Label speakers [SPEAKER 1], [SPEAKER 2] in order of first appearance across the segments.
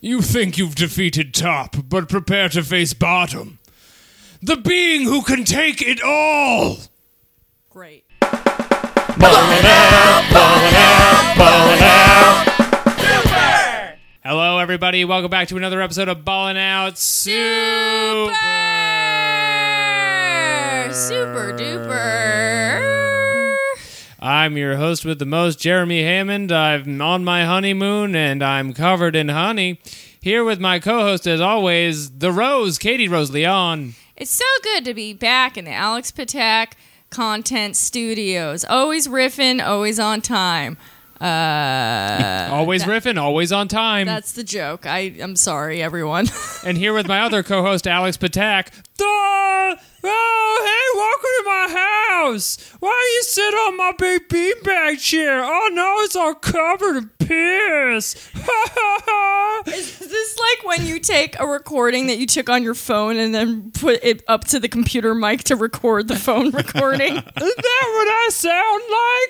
[SPEAKER 1] You think you've defeated top, but prepare to face bottom. The being who can take it all!
[SPEAKER 2] Great.
[SPEAKER 1] Hello, everybody. Welcome back to another episode of Ballin' Out Super.
[SPEAKER 2] Super, super duper.
[SPEAKER 1] I'm your host with the most, Jeremy Hammond. I'm on my honeymoon and I'm covered in honey. Here with my co host, as always, the Rose, Katie Rose Leon.
[SPEAKER 2] It's so good to be back in the Alex Patak Content Studios. Always riffing, always on time. Uh,
[SPEAKER 1] always riffing, always on time.
[SPEAKER 2] That's the joke. I, I'm sorry, everyone.
[SPEAKER 1] And here with my other co-host Alex Patak. Oh, hey, welcome to my house. Why do you sit on my big beanbag chair? Oh no, it's all covered in piss.
[SPEAKER 2] Is this like when you take a recording that you took on your phone and then put it up to the computer mic to record the phone recording?
[SPEAKER 1] Is that what I sound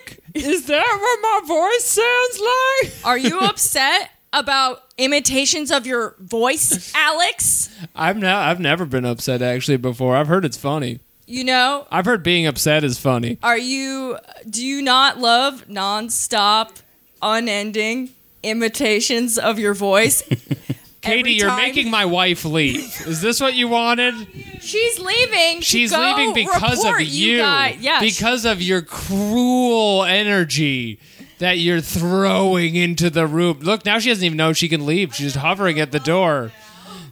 [SPEAKER 1] like? Is that what my voice sounds like?
[SPEAKER 2] Are you upset about imitations of your voice, Alex?
[SPEAKER 1] I've no, I've never been upset actually before. I've heard it's funny.
[SPEAKER 2] You know,
[SPEAKER 1] I've heard being upset is funny.
[SPEAKER 2] are you do you not love nonstop, unending imitations of your voice?
[SPEAKER 1] Katie,
[SPEAKER 2] Every
[SPEAKER 1] you're
[SPEAKER 2] time-
[SPEAKER 1] making my wife leave. Is this what you wanted?
[SPEAKER 2] She's leaving. to
[SPEAKER 1] She's
[SPEAKER 2] go
[SPEAKER 1] leaving because of
[SPEAKER 2] report
[SPEAKER 1] you.
[SPEAKER 2] guys. Yeah, she-
[SPEAKER 1] because of your cruel energy that you're throwing into the room. Look, now she doesn't even know she can leave. She's hovering at the door.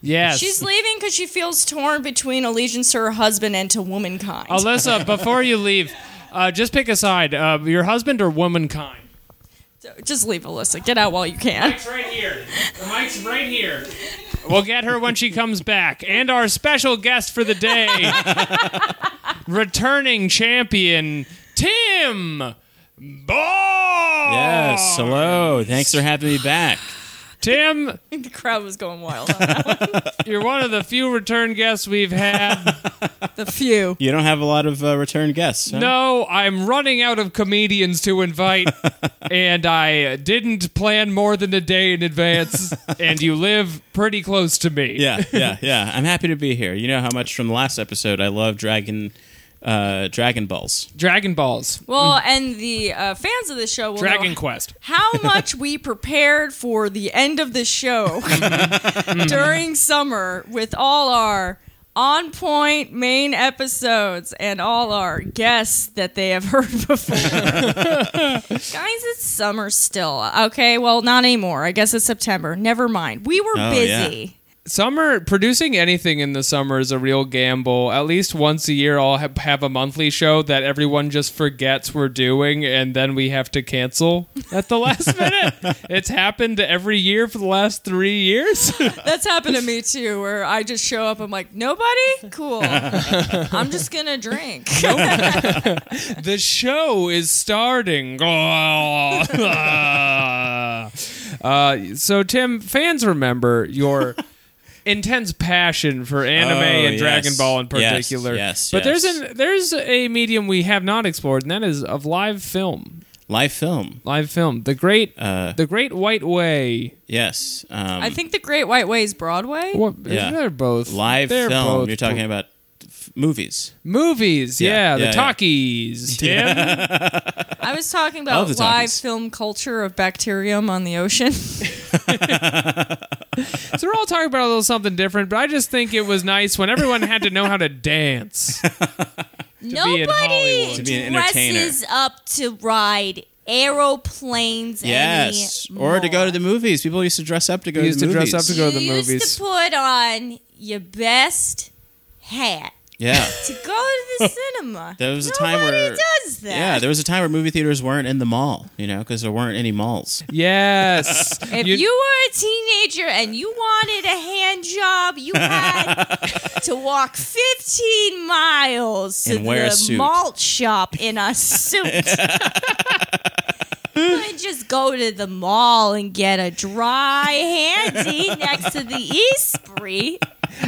[SPEAKER 1] Yes.
[SPEAKER 2] she's leaving because she feels torn between allegiance to her husband and to womankind.
[SPEAKER 1] Alyssa, before you leave, uh, just pick a side. Uh, your husband or womankind?
[SPEAKER 2] Just leave Alyssa. Get out while you can.
[SPEAKER 1] Mike's right here. The mic's right here. We'll get her when she comes back. And our special guest for the day, returning champion, Tim Ball.
[SPEAKER 3] Yes, hello. Thanks for having me back.
[SPEAKER 1] Tim,
[SPEAKER 2] the crowd was going wild.
[SPEAKER 1] you're one of the few return guests we've had.
[SPEAKER 2] the few.
[SPEAKER 3] You don't have a lot of uh, return guests. Huh?
[SPEAKER 1] No, I'm running out of comedians to invite, and I didn't plan more than a day in advance, and you live pretty close to me.
[SPEAKER 3] Yeah, yeah, yeah. I'm happy to be here. You know how much from the last episode I love Dragon uh, Dragon Balls.
[SPEAKER 1] Dragon Balls,
[SPEAKER 2] Well, and the uh, fans of the show will
[SPEAKER 1] Dragon
[SPEAKER 2] know
[SPEAKER 1] Quest.
[SPEAKER 2] how much we prepared for the end of the show during summer with all our on point main episodes and all our guests that they have heard before. Guys, it's summer still. Okay, well, not anymore. I guess it's September. Never mind. We were
[SPEAKER 3] Oh, yeah.
[SPEAKER 2] busy.
[SPEAKER 1] summer producing anything in the summer is a real gamble at least once a year i'll ha- have a monthly show that everyone just forgets we're doing and then we have to cancel at the last minute it's happened every year for the last three years
[SPEAKER 2] That's happened to me too, where I just show up. I'm like, nobody? Cool. I'm just going to drink.
[SPEAKER 1] the show is starting uh, so tim fans remember your intense passion for anime
[SPEAKER 3] Oh,
[SPEAKER 1] and
[SPEAKER 3] yes.
[SPEAKER 1] dragon ball in
[SPEAKER 3] Yes,
[SPEAKER 1] particular
[SPEAKER 3] yes,
[SPEAKER 1] but
[SPEAKER 3] yes.
[SPEAKER 1] there's an there's a medium we have not explored and that is of live film
[SPEAKER 3] Live film.
[SPEAKER 1] live film the great
[SPEAKER 3] Uh,
[SPEAKER 1] the great white way
[SPEAKER 3] Yes. Um,
[SPEAKER 2] I think The Great White Way is Broadway.
[SPEAKER 1] what
[SPEAKER 3] yeah.
[SPEAKER 1] they're both
[SPEAKER 3] live
[SPEAKER 1] they're
[SPEAKER 3] film.
[SPEAKER 1] both
[SPEAKER 3] You're talking about f- movies.
[SPEAKER 1] movies yeah,
[SPEAKER 3] Yeah,
[SPEAKER 1] the
[SPEAKER 3] yeah, yeah.
[SPEAKER 1] talkies tim
[SPEAKER 2] I was talking
[SPEAKER 3] All
[SPEAKER 2] about
[SPEAKER 3] the
[SPEAKER 2] live
[SPEAKER 3] talkies.
[SPEAKER 2] film culture of bacterium on the ocean.
[SPEAKER 1] So we're all talking about a little something different, but I just think it was nice when everyone had to know how to dance. be in
[SPEAKER 4] Nobody
[SPEAKER 1] Hollywood. To
[SPEAKER 3] be an entertainer.
[SPEAKER 4] dresses up to ride aeroplanes.
[SPEAKER 3] Yes.
[SPEAKER 4] anymore.
[SPEAKER 3] Or to go to the movies. People used to dress up to go
[SPEAKER 1] You used
[SPEAKER 3] to
[SPEAKER 1] to
[SPEAKER 3] the movies.
[SPEAKER 1] dress up to go to the
[SPEAKER 4] you
[SPEAKER 1] movies.
[SPEAKER 4] used to put on your best hat
[SPEAKER 3] Yeah.
[SPEAKER 4] to go to the cinema.
[SPEAKER 3] There was a
[SPEAKER 4] Nobody
[SPEAKER 3] time where
[SPEAKER 4] does that.
[SPEAKER 3] Yeah, there was a time where movie theaters weren't in the mall, you know, because there weren't any malls.
[SPEAKER 1] yes.
[SPEAKER 4] if you, were a teenager and you wanted a hand job, you had to walk 15 miles to
[SPEAKER 3] And wear a
[SPEAKER 4] the
[SPEAKER 3] suit.
[SPEAKER 4] malt shop in a suit. you could just go to the mall and get a dry handy next to the East Spree.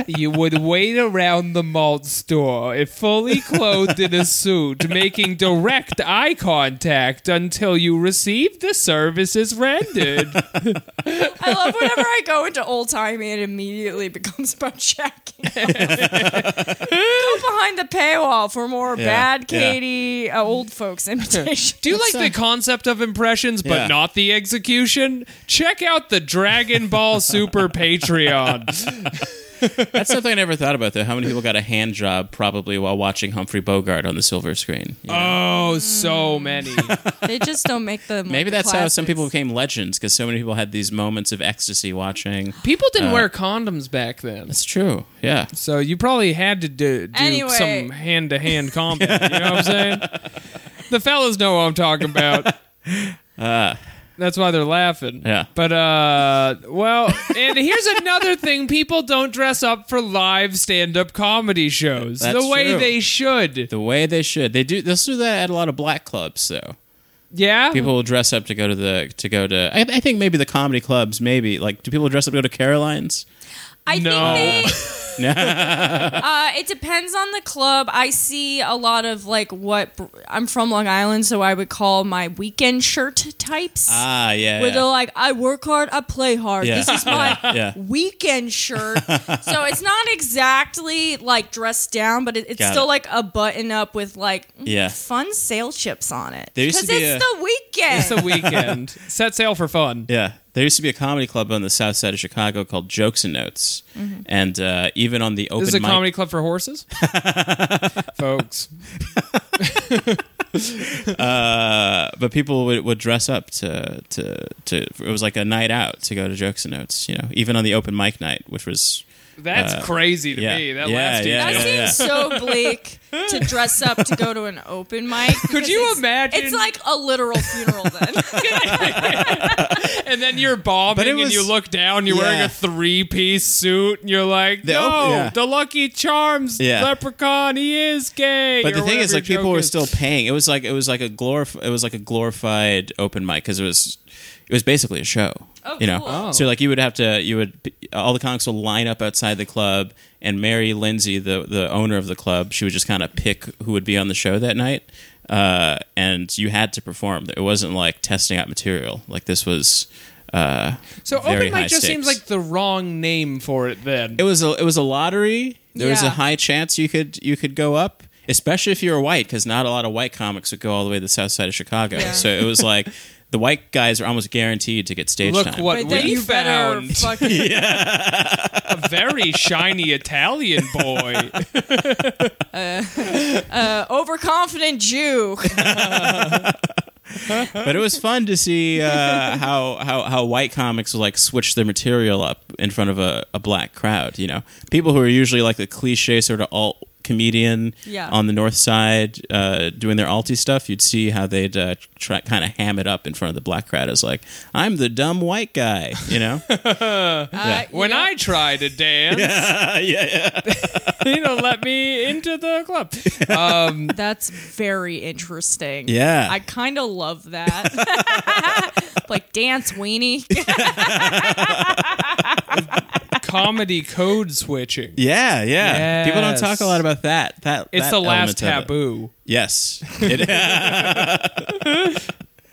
[SPEAKER 1] You would wait around the malt store, if fully clothed in a suit, making direct eye contact until you received the services rendered.
[SPEAKER 2] I love whenever I go into old timey, it immediately becomes about checking. go behind the paywall for more
[SPEAKER 3] Yeah,
[SPEAKER 2] bad
[SPEAKER 3] yeah.
[SPEAKER 2] Katie uh, old folks imitation.
[SPEAKER 1] Do you like the concept of impressions but
[SPEAKER 3] Yeah.
[SPEAKER 1] not the execution? Check out the Dragon Ball Super Patreon.
[SPEAKER 3] That's something I never thought about, though. How many people got a hand job probably while watching Humphrey Bogart on the silver screen? you know?
[SPEAKER 1] Oh, so many.
[SPEAKER 2] they just don't make the
[SPEAKER 3] Maybe that's how some people became legends because so many people had these moments of ecstasy watching.
[SPEAKER 1] People didn't wear condoms back then.
[SPEAKER 3] That's true. Yeah.
[SPEAKER 1] So you probably had to do, do
[SPEAKER 2] Anyway.
[SPEAKER 1] some hand to hand combat. You know what I'm saying? The fellas know what I'm talking about. That's why they're laughing.
[SPEAKER 3] Uh. Yeah.
[SPEAKER 1] But uh well, and here's another thing people don't dress up for live stand-up comedy shows
[SPEAKER 3] That's
[SPEAKER 1] the way
[SPEAKER 3] true.
[SPEAKER 1] they should.
[SPEAKER 3] The way they should. They do. They'll do that at a lot of black clubs, though.
[SPEAKER 1] Yeah?
[SPEAKER 3] People will dress up to go to the to go to. I, I think maybe the comedy clubs. Maybe like do people dress up to go to Caroline's?
[SPEAKER 4] I
[SPEAKER 1] No.
[SPEAKER 4] think they. uh,
[SPEAKER 2] It depends on the club. I see a lot of like what I'm from Long Island, so I would call my weekend shirt types.
[SPEAKER 3] Ah, yeah.
[SPEAKER 2] where
[SPEAKER 3] yeah.
[SPEAKER 2] they're like, I work hard, I play hard.
[SPEAKER 3] Yeah.
[SPEAKER 2] This is my
[SPEAKER 3] Yeah, yeah.
[SPEAKER 2] weekend shirt. so it's not exactly like dressed down, but it, it's
[SPEAKER 3] Got
[SPEAKER 2] still
[SPEAKER 3] it.
[SPEAKER 2] like a button up with like
[SPEAKER 3] Yeah.
[SPEAKER 2] fun sale chips on it.
[SPEAKER 3] There used to
[SPEAKER 2] Because
[SPEAKER 3] be
[SPEAKER 2] it's
[SPEAKER 3] a-
[SPEAKER 2] the weekend.
[SPEAKER 1] It's the weekend. Set sail for fun.
[SPEAKER 3] Yeah. There used to be a comedy club on the south side of Chicago called Jokes and Notes.
[SPEAKER 2] Mm-hmm.
[SPEAKER 3] And uh, even on the open
[SPEAKER 1] This is a
[SPEAKER 3] mic.
[SPEAKER 1] comedy club for horses, folks.
[SPEAKER 3] uh, but people would, would dress up to, to, to. It was like a night out to go to Jokes and Notes, you know, even on the open mic night, which was.
[SPEAKER 1] That's
[SPEAKER 3] Uh,
[SPEAKER 1] crazy to
[SPEAKER 3] yeah.
[SPEAKER 1] me. That
[SPEAKER 3] Yeah,
[SPEAKER 1] last
[SPEAKER 3] yeah,
[SPEAKER 2] that
[SPEAKER 1] detail.
[SPEAKER 3] yeah.
[SPEAKER 2] seems so bleak to dress up to go to an open mic. because
[SPEAKER 1] you
[SPEAKER 2] it's-
[SPEAKER 1] imagine-
[SPEAKER 2] It's like a literal funeral then.
[SPEAKER 1] And then you're bombing,
[SPEAKER 3] But it
[SPEAKER 1] and
[SPEAKER 3] was-
[SPEAKER 1] you look down. You're wearing
[SPEAKER 3] Yeah.
[SPEAKER 1] a three piece suit, and you're like,
[SPEAKER 3] The
[SPEAKER 1] "No,
[SPEAKER 3] op- yeah.
[SPEAKER 1] the Lucky Charms
[SPEAKER 3] Yeah.
[SPEAKER 1] leprechaun, he is gay."
[SPEAKER 3] But the
[SPEAKER 1] or
[SPEAKER 3] thing is,
[SPEAKER 1] whatever
[SPEAKER 3] like,
[SPEAKER 1] your
[SPEAKER 3] people
[SPEAKER 1] joke
[SPEAKER 3] were
[SPEAKER 1] is.
[SPEAKER 3] still paying. It was like it was like a glorif- It was like a glorified open mic because it was, it was basically a show.
[SPEAKER 2] Oh,
[SPEAKER 3] you know,
[SPEAKER 2] cool. Oh.
[SPEAKER 3] so like you would have to, you would, all the comics would line up outside the club, and Mary Lindsay, the the owner of the club, she would just kind of pick who would be on the show that night, uh, and you had to perform. It wasn't like testing out material. Like this was. Uh,
[SPEAKER 1] So open
[SPEAKER 3] very high
[SPEAKER 1] mic just seems
[SPEAKER 3] stakes.
[SPEAKER 1] like the wrong name for it. Then
[SPEAKER 3] it was a it was a lottery. There was a
[SPEAKER 2] Yeah.
[SPEAKER 3] high chance you could you could go up, especially if you were white, because not a lot of white comics would go all the way to the south side of Chicago.
[SPEAKER 2] Yeah.
[SPEAKER 3] So it was like the white guys are almost guaranteed to get stage
[SPEAKER 1] look
[SPEAKER 3] time.
[SPEAKER 1] what
[SPEAKER 2] But then
[SPEAKER 1] we
[SPEAKER 2] you better
[SPEAKER 1] found.
[SPEAKER 2] fucking
[SPEAKER 1] a very shiny Italian boy.
[SPEAKER 2] uh, overconfident Jew. Uh,
[SPEAKER 3] but it was fun to see uh, how, how how white comics would like switch their material up in front of a, a black crowd. You know, people who are usually like the cliche sort of alt comedian
[SPEAKER 2] Yeah.
[SPEAKER 3] on the north side uh, doing their alty stuff. You'd see how they'd uh, try kind of ham it up in front of the black crowd. It's like I'm the dumb white guy. You know,
[SPEAKER 2] Uh, you
[SPEAKER 1] When
[SPEAKER 2] know-
[SPEAKER 1] I try to dance, you know, let me into the club.
[SPEAKER 2] That's very interesting.
[SPEAKER 3] Yeah.
[SPEAKER 2] I kind of love that. like dance weenie.
[SPEAKER 1] Comedy code switching.
[SPEAKER 3] yeah, yeah. People don't
[SPEAKER 1] Yes.
[SPEAKER 3] talk a lot about that. That
[SPEAKER 1] It's
[SPEAKER 3] that
[SPEAKER 1] the last
[SPEAKER 3] element of it.
[SPEAKER 1] taboo.
[SPEAKER 3] Yes, It-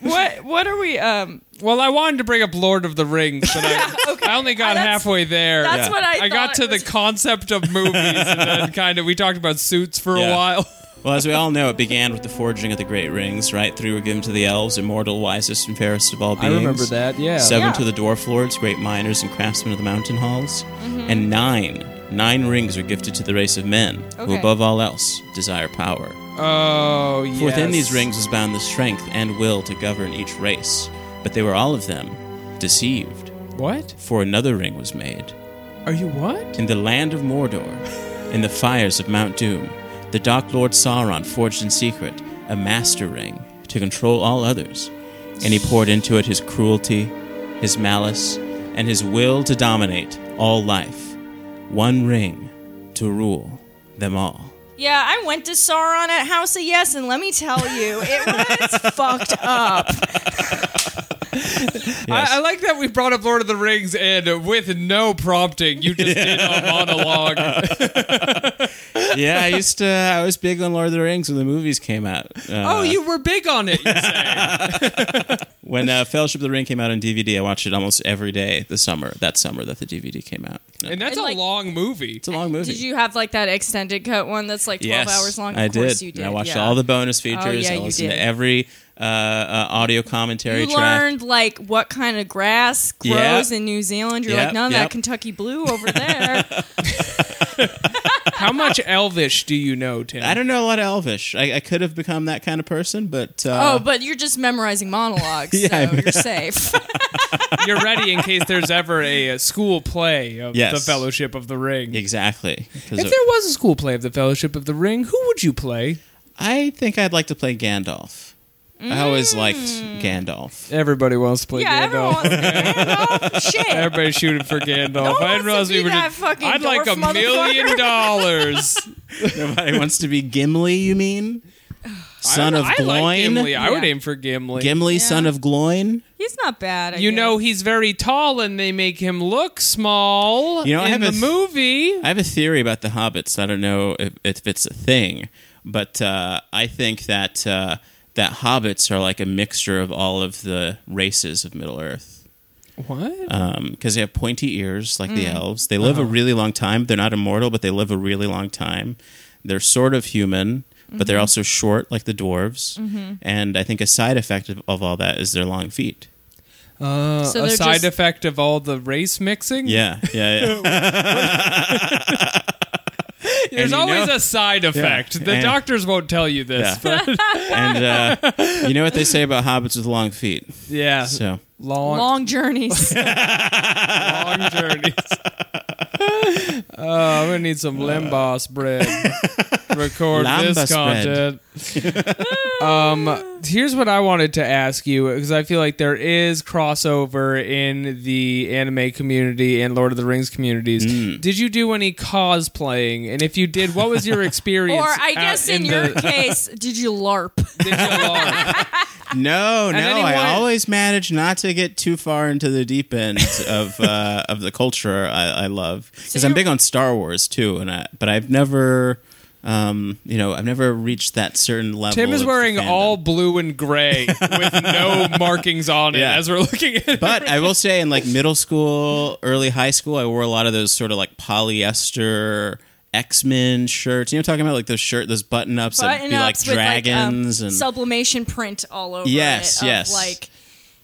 [SPEAKER 2] what what are we um
[SPEAKER 1] Well, I wanted to bring up Lord of the Rings, but I, I only got
[SPEAKER 2] That's-
[SPEAKER 1] halfway there.
[SPEAKER 2] that's Yeah. what I
[SPEAKER 1] I got
[SPEAKER 2] thought
[SPEAKER 1] to
[SPEAKER 2] it was-
[SPEAKER 1] the concept of movies, and then kind of we talked about suits for a
[SPEAKER 3] Yeah.
[SPEAKER 1] while.
[SPEAKER 3] Well, as we all know, it began with the forging of the Great Rings, right? Three were given to the elves, immortal, wisest, and fairest of all beings.
[SPEAKER 1] that. Yeah.
[SPEAKER 3] Seven
[SPEAKER 2] Yeah.
[SPEAKER 3] to the dwarf lords, great miners, and craftsmen of the mountain halls.
[SPEAKER 2] Mm-hmm.
[SPEAKER 3] And nine. Nine rings were gifted to the race of men, who
[SPEAKER 2] Okay.
[SPEAKER 3] above all else desire power.
[SPEAKER 1] oh, yes.
[SPEAKER 3] For within these rings was bound the strength and will to govern each race. But they were all of them deceived,
[SPEAKER 1] What?
[SPEAKER 3] for another ring was made.
[SPEAKER 1] Are you what?
[SPEAKER 3] In the land of Mordor, in the fires of Mount Doom, the Dark Lord Sauron forged in secret a master ring to control all others, and he poured into it his cruelty, his malice, and his will to dominate all life. One ring to rule them all.
[SPEAKER 2] yeah, I went to Sauron at House of Yes, and let me tell you, it was fucked up.
[SPEAKER 3] Yes.
[SPEAKER 1] I, I like that we brought up Lord of the Rings and with no prompting, you just did a monologue.
[SPEAKER 3] yeah, I used to. I was big on Lord of the Rings when the movies came out. Uh,
[SPEAKER 1] Oh, you were big on it. you say.
[SPEAKER 3] when uh, Fellowship of the Ring came out on DVD, I watched it almost every day the summer. That summer that the DVD came out. Yeah.
[SPEAKER 1] And that's a
[SPEAKER 2] And, like-
[SPEAKER 1] long movie.
[SPEAKER 3] It's a long movie.
[SPEAKER 2] Did you have like that extended cut one that's like 12
[SPEAKER 3] yes,
[SPEAKER 2] hours long? Of
[SPEAKER 3] I
[SPEAKER 2] course
[SPEAKER 3] did.
[SPEAKER 2] You did.
[SPEAKER 3] And I watched
[SPEAKER 2] yeah. Oh,
[SPEAKER 3] all the bonus features.
[SPEAKER 2] yeah,
[SPEAKER 3] I
[SPEAKER 2] you
[SPEAKER 3] listened
[SPEAKER 2] did.
[SPEAKER 3] to every uh, uh, audio commentary
[SPEAKER 2] You
[SPEAKER 3] track.
[SPEAKER 2] learned like what kind of grass
[SPEAKER 3] Yeah.
[SPEAKER 2] grows in New Zealand. You're
[SPEAKER 3] Yep,
[SPEAKER 2] like, none of
[SPEAKER 3] yep.
[SPEAKER 2] that Kentucky blue over there.
[SPEAKER 3] Uh-huh.
[SPEAKER 1] How much Elvish do you know, Tim?
[SPEAKER 3] I don't know a lot of Elvish. I, I could have become that kind of person, but uh,
[SPEAKER 2] oh, but you're just memorizing monologues,
[SPEAKER 3] Yeah, I
[SPEAKER 2] so
[SPEAKER 3] mean-
[SPEAKER 2] you're safe.
[SPEAKER 1] You're ready in case there's ever a, uh school play of
[SPEAKER 3] Yes.
[SPEAKER 1] the Fellowship of the Ring.
[SPEAKER 3] exactly. 'Cause
[SPEAKER 1] If
[SPEAKER 3] of-
[SPEAKER 1] there was a school play of the Fellowship of the Ring, who would you play?
[SPEAKER 3] I think I'd like to play Gandalf. I always
[SPEAKER 2] Mm.
[SPEAKER 3] liked Gandalf.
[SPEAKER 1] Everybody wants to play
[SPEAKER 2] yeah, everyone
[SPEAKER 1] Gandalf.
[SPEAKER 2] wants to Gandalf. Shit.
[SPEAKER 1] Everybody's shooting for Gandalf.
[SPEAKER 2] one
[SPEAKER 1] I didn't
[SPEAKER 2] wants to
[SPEAKER 1] realize
[SPEAKER 2] be
[SPEAKER 1] we were
[SPEAKER 2] that
[SPEAKER 1] just.
[SPEAKER 2] fucking
[SPEAKER 1] I'd like
[SPEAKER 2] dwarf
[SPEAKER 1] a million
[SPEAKER 2] motherfucker.
[SPEAKER 1] dollars.
[SPEAKER 3] Nobody wants to be Gimli. You mean son
[SPEAKER 1] I,
[SPEAKER 3] of
[SPEAKER 1] I
[SPEAKER 3] Gloin?
[SPEAKER 1] Like Gimli. I would
[SPEAKER 2] Yeah.
[SPEAKER 1] aim for Gimli.
[SPEAKER 3] Gimli, son of Gloin.
[SPEAKER 2] He's not bad. I
[SPEAKER 1] you
[SPEAKER 2] guess.
[SPEAKER 1] know he's very tall, and they make him look small
[SPEAKER 3] You know, I
[SPEAKER 1] in
[SPEAKER 3] have
[SPEAKER 1] the
[SPEAKER 3] a th-
[SPEAKER 1] movie.
[SPEAKER 3] I have a theory about the hobbits. I don't know if, if it's a thing, but uh, I think that uh, that hobbits are like a mixture of all of the races of Middle Earth.
[SPEAKER 1] what?
[SPEAKER 3] because they have pointy ears like the elves. They live a really long time. They're not immortal, but they live a really long time. They're sort of human, but they're also short like the dwarves. And I think a side effect of, of all that is their long feet.
[SPEAKER 1] Uh,
[SPEAKER 2] So
[SPEAKER 1] a
[SPEAKER 2] they're
[SPEAKER 1] side
[SPEAKER 2] just-
[SPEAKER 1] effect of all the race mixing.
[SPEAKER 3] Yeah, yeah, yeah.
[SPEAKER 1] There's
[SPEAKER 3] And you
[SPEAKER 1] always
[SPEAKER 3] know-
[SPEAKER 1] a side effect. The
[SPEAKER 3] And-
[SPEAKER 1] doctors won't tell you this,
[SPEAKER 3] Yeah.
[SPEAKER 1] but
[SPEAKER 3] and uh, you know what they say about hobbits with long feet?
[SPEAKER 1] yeah,
[SPEAKER 3] So
[SPEAKER 1] long, long,
[SPEAKER 2] long journeys.
[SPEAKER 1] journeys. Oh, I'm gonna need some Lembas bread. Record
[SPEAKER 3] Lambas
[SPEAKER 1] this
[SPEAKER 3] bread.
[SPEAKER 1] content. um, here's what I wanted to ask you because I feel like there is crossover in the anime community and Lord of the Rings communities.
[SPEAKER 3] Hmm.
[SPEAKER 1] Did you do any cosplaying? And if you did, what was your experience?
[SPEAKER 2] or I
[SPEAKER 1] out
[SPEAKER 2] guess
[SPEAKER 1] in
[SPEAKER 2] in, your
[SPEAKER 1] the-
[SPEAKER 2] case, did you LARP?
[SPEAKER 1] digital art?
[SPEAKER 3] no, no, I
[SPEAKER 1] anyone-
[SPEAKER 3] always manage not to get too far into the deep end of uh, of the culture I, I love because I'm
[SPEAKER 2] you're-
[SPEAKER 3] big on Star Wars too, and I, but I've never. Um, you know, I've never reached that certain level.
[SPEAKER 1] Tim is
[SPEAKER 3] of
[SPEAKER 1] wearing
[SPEAKER 3] fandom.
[SPEAKER 1] all blue and gray with no markings on it
[SPEAKER 3] Yeah.
[SPEAKER 1] as we're looking at it.
[SPEAKER 3] But I will say, in like middle school, early high school, I wore a lot of those sort of like polyester X Men shirts. You know, what I'm talking about like those shirt, those button ups that would
[SPEAKER 2] Button
[SPEAKER 3] be like
[SPEAKER 2] ups with like um,
[SPEAKER 3] dragons and
[SPEAKER 2] sublimation print all over.
[SPEAKER 3] Yes,
[SPEAKER 2] it of,
[SPEAKER 3] yes.
[SPEAKER 2] Like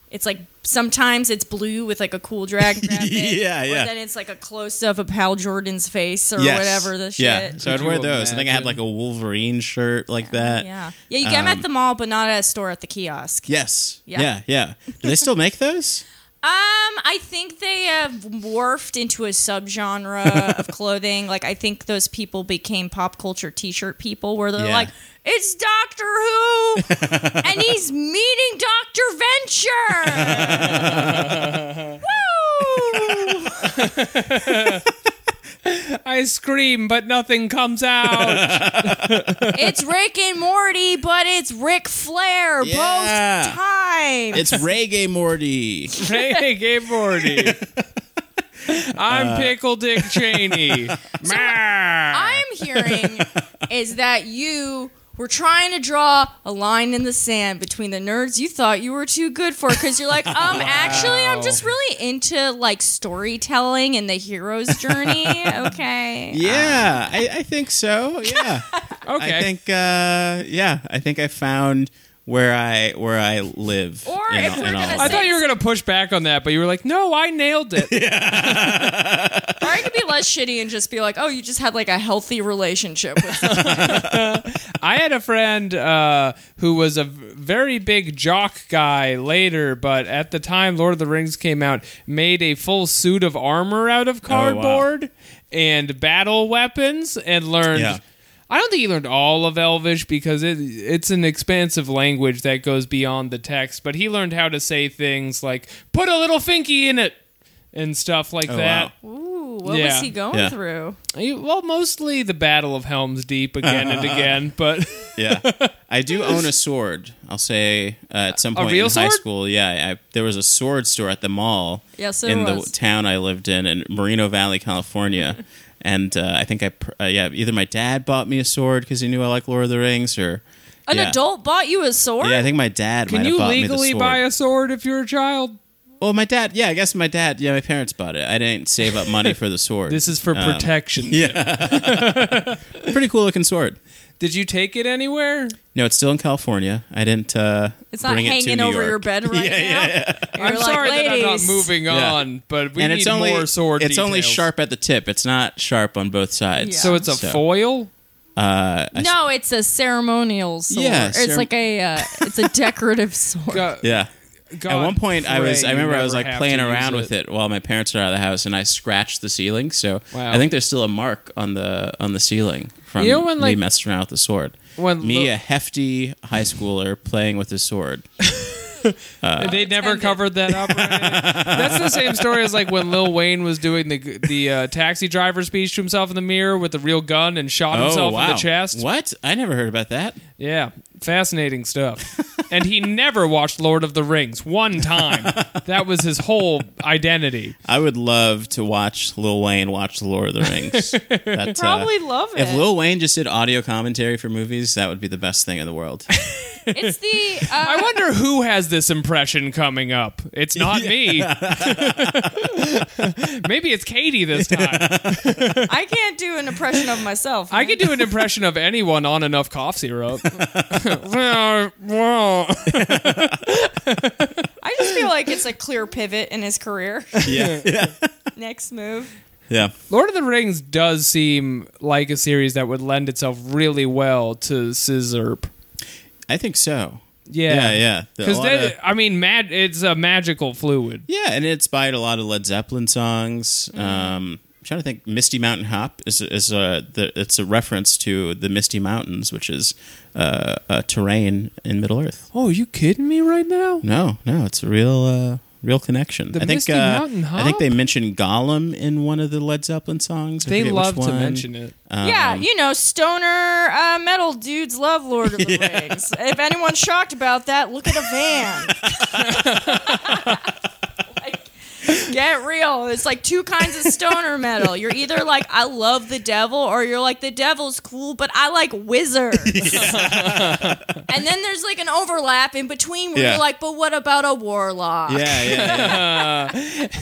[SPEAKER 2] it's like sometimes it's blue with like a cool drag. graphic,
[SPEAKER 3] Yeah,
[SPEAKER 2] or
[SPEAKER 3] yeah.
[SPEAKER 2] Then it's like a close up of Hal Jordan's face or
[SPEAKER 3] Yes.
[SPEAKER 2] whatever the shit.
[SPEAKER 3] Yeah, so I'd
[SPEAKER 1] Could
[SPEAKER 3] wear
[SPEAKER 1] you
[SPEAKER 3] those. I think I had
[SPEAKER 1] imagine?
[SPEAKER 3] like a Wolverine shirt like that.
[SPEAKER 2] Yeah. Yeah, you get them at
[SPEAKER 3] um,
[SPEAKER 2] the mall, but not at a store at the kiosk.
[SPEAKER 3] Yes.
[SPEAKER 2] Yeah.
[SPEAKER 3] Yeah. Yeah. Do they still make those?
[SPEAKER 2] Um, I think they have morphed into a subgenre of clothing. Like, I think those people became pop culture T-shirt people, where they're
[SPEAKER 3] Yeah.
[SPEAKER 2] like, "It's Doctor Who, and he's meeting Doctor Venture." Woo!
[SPEAKER 1] I scream, but nothing comes out.
[SPEAKER 2] It's Rick and Morty, but it's Rick Flair
[SPEAKER 3] Yeah.
[SPEAKER 2] both times.
[SPEAKER 3] It's reggae Morty.
[SPEAKER 1] hey, Gay Morty. I'm Pickle Dick Cheney. Mah.
[SPEAKER 2] I'm hearing is that you were trying to draw a line in the sand between the nerds you thought you were too good for because you're like, um, actually, I'm just really into like storytelling and the hero's journey. Okay.
[SPEAKER 3] Yeah, I, I think so. Yeah.
[SPEAKER 1] okay.
[SPEAKER 3] I think uh yeah, I think I found where I where I live.
[SPEAKER 2] Or
[SPEAKER 3] in-
[SPEAKER 2] if we're
[SPEAKER 3] in all
[SPEAKER 2] gonna
[SPEAKER 3] of
[SPEAKER 1] I
[SPEAKER 3] that.
[SPEAKER 1] thought you were going to push back on that, but you were like, no, I nailed it.
[SPEAKER 2] Or I could be less shitty and just be like, oh, you just had like a healthy relationship with someone.
[SPEAKER 1] I had a friend uh, who was a v- very big jock guy later, but at the time Lord of the Rings came out, made a full suit of armor out
[SPEAKER 3] Oh,
[SPEAKER 1] of cardboard and battle weapons and learned.
[SPEAKER 3] Yeah.
[SPEAKER 1] I don't think he learned all of Elvish because it, it's an expansive language that goes beyond the text, but he learned how to say things like, put a little finky in it and stuff like
[SPEAKER 3] Oh,
[SPEAKER 1] that.
[SPEAKER 2] Ooh. What
[SPEAKER 1] Yeah.
[SPEAKER 2] was he going
[SPEAKER 3] Yeah.
[SPEAKER 2] through?
[SPEAKER 1] You- Well, mostly the Battle of Helm's Deep again and again, but
[SPEAKER 3] Yeah, I do own a sword. I'll say uh, at some point
[SPEAKER 1] real
[SPEAKER 3] in high
[SPEAKER 1] sword?
[SPEAKER 3] school, yeah, I, there was a sword store at the mall.
[SPEAKER 2] Yes, there
[SPEAKER 3] in
[SPEAKER 2] was.
[SPEAKER 3] the town I lived in in Moreno Valley, California, and uh, I think I pr- uh, yeah either my dad bought me a sword because he knew I like Lord of the Rings, or
[SPEAKER 2] An
[SPEAKER 3] yeah.
[SPEAKER 2] adult bought you a sword?
[SPEAKER 3] Yeah, I think my dad
[SPEAKER 1] can
[SPEAKER 3] might have
[SPEAKER 1] you
[SPEAKER 3] bought me the
[SPEAKER 1] legally
[SPEAKER 3] sword.
[SPEAKER 1] buy a sword if you're a child?
[SPEAKER 3] well, my dad, yeah, I guess my dad, yeah, my parents bought it. I didn't save up money for the sword.
[SPEAKER 1] This is
[SPEAKER 3] Um,
[SPEAKER 1] for protection.
[SPEAKER 3] pretty cool looking sword.
[SPEAKER 1] Did you take it anywhere?
[SPEAKER 3] No, it's still in California. I didn't. Uh,
[SPEAKER 2] it's not
[SPEAKER 3] bring it to
[SPEAKER 2] hanging
[SPEAKER 3] New
[SPEAKER 2] over
[SPEAKER 3] York.
[SPEAKER 2] your bed right now. You're
[SPEAKER 1] I'm
[SPEAKER 2] like,
[SPEAKER 1] sorry that I'm not
[SPEAKER 2] "Ladies."
[SPEAKER 1] moving
[SPEAKER 3] Yeah.
[SPEAKER 1] on, but we
[SPEAKER 3] and
[SPEAKER 1] need
[SPEAKER 3] it's only
[SPEAKER 1] more sword.
[SPEAKER 3] It's only
[SPEAKER 1] details.
[SPEAKER 3] sharp at the tip. It's not sharp on both sides.
[SPEAKER 2] Yeah.
[SPEAKER 1] So it's a
[SPEAKER 3] So-
[SPEAKER 1] foil.
[SPEAKER 3] Uh, I-
[SPEAKER 2] No, it's a ceremonial sword.
[SPEAKER 3] Yeah,
[SPEAKER 2] it's
[SPEAKER 3] cere-
[SPEAKER 2] like a uh, it's a decorative sword.
[SPEAKER 1] Go-
[SPEAKER 3] yeah.
[SPEAKER 1] God
[SPEAKER 3] At one point, I was.
[SPEAKER 1] pray
[SPEAKER 3] I
[SPEAKER 1] you
[SPEAKER 3] remember I
[SPEAKER 1] never
[SPEAKER 3] was like
[SPEAKER 1] have
[SPEAKER 3] playing
[SPEAKER 1] to use
[SPEAKER 3] around with it while my parents were out of the house, and I scratched the ceiling. So
[SPEAKER 1] Wow.
[SPEAKER 3] I think there's still a mark on the on the ceiling from
[SPEAKER 1] You know when,
[SPEAKER 3] me
[SPEAKER 1] like-
[SPEAKER 3] messing around with the sword.
[SPEAKER 1] When
[SPEAKER 3] me,
[SPEAKER 1] lo-
[SPEAKER 3] a hefty high schooler, playing with his sword.
[SPEAKER 1] they never covered that up. right? That's the same story as like when Lil Wayne was doing the the uh, taxi driver speech to himself in the mirror with a real gun and shot
[SPEAKER 3] oh
[SPEAKER 1] himself
[SPEAKER 3] wow!
[SPEAKER 1] in the chest.
[SPEAKER 3] What? I never heard about that.
[SPEAKER 1] Yeah, fascinating stuff. and he never watched Lord of the Rings one time. that was his whole identity.
[SPEAKER 3] I would love to watch Lil Wayne watch The Lord of the Rings. That's, uh,
[SPEAKER 2] Probably love it.
[SPEAKER 3] If Lil Wayne just did audio commentary for movies, that would be the best thing in the world.
[SPEAKER 2] it's the uh,
[SPEAKER 1] I wonder who has this impression coming up. It's not me. Maybe it's Katie this time.
[SPEAKER 2] I can't do an impression of myself.
[SPEAKER 1] I
[SPEAKER 2] man.
[SPEAKER 1] could do an impression of anyone on enough cough syrup. That's
[SPEAKER 2] I just feel like it's a clear pivot in his career.
[SPEAKER 3] yeah, yeah,
[SPEAKER 2] Next move.
[SPEAKER 3] yeah.
[SPEAKER 1] Lord of the Rings does seem like a series that would lend itself really well to scissorp.
[SPEAKER 3] I think so.
[SPEAKER 1] Yeah,
[SPEAKER 3] Yeah, yeah. The- a
[SPEAKER 1] Because
[SPEAKER 3] lot of-
[SPEAKER 1] I mean, mag- it's a magical fluid.
[SPEAKER 3] yeah, and it inspired a lot of Led Zeppelin songs.
[SPEAKER 1] Mm.
[SPEAKER 3] Um, I'm trying to think, Misty Mountain Hop is is a the, it's a reference to the Misty Mountains, which is uh, a terrain in Middle Earth.
[SPEAKER 1] Oh, you kidding me right now?
[SPEAKER 3] No, no, it's a real uh, real connection.
[SPEAKER 1] The
[SPEAKER 3] I think
[SPEAKER 1] Misty
[SPEAKER 3] uh,
[SPEAKER 1] Mountain
[SPEAKER 3] I think
[SPEAKER 1] Hop?
[SPEAKER 3] they mentioned Gollum in one of the Led Zeppelin songs. I
[SPEAKER 1] They
[SPEAKER 3] forget which
[SPEAKER 1] love to
[SPEAKER 3] one.
[SPEAKER 1] mention it.
[SPEAKER 2] yeah, you know, stoner uh, metal dudes love Lord of the Rings. If anyone's shocked about that, look at a van. like, get real. It's like two kinds of stoner metal. You're either like, I love the devil, or you're like, the devil's cool, but I like wizards. and then there's like an overlap in between where
[SPEAKER 3] Yeah.
[SPEAKER 2] you're like, but what about a warlock?
[SPEAKER 3] Yeah, yeah,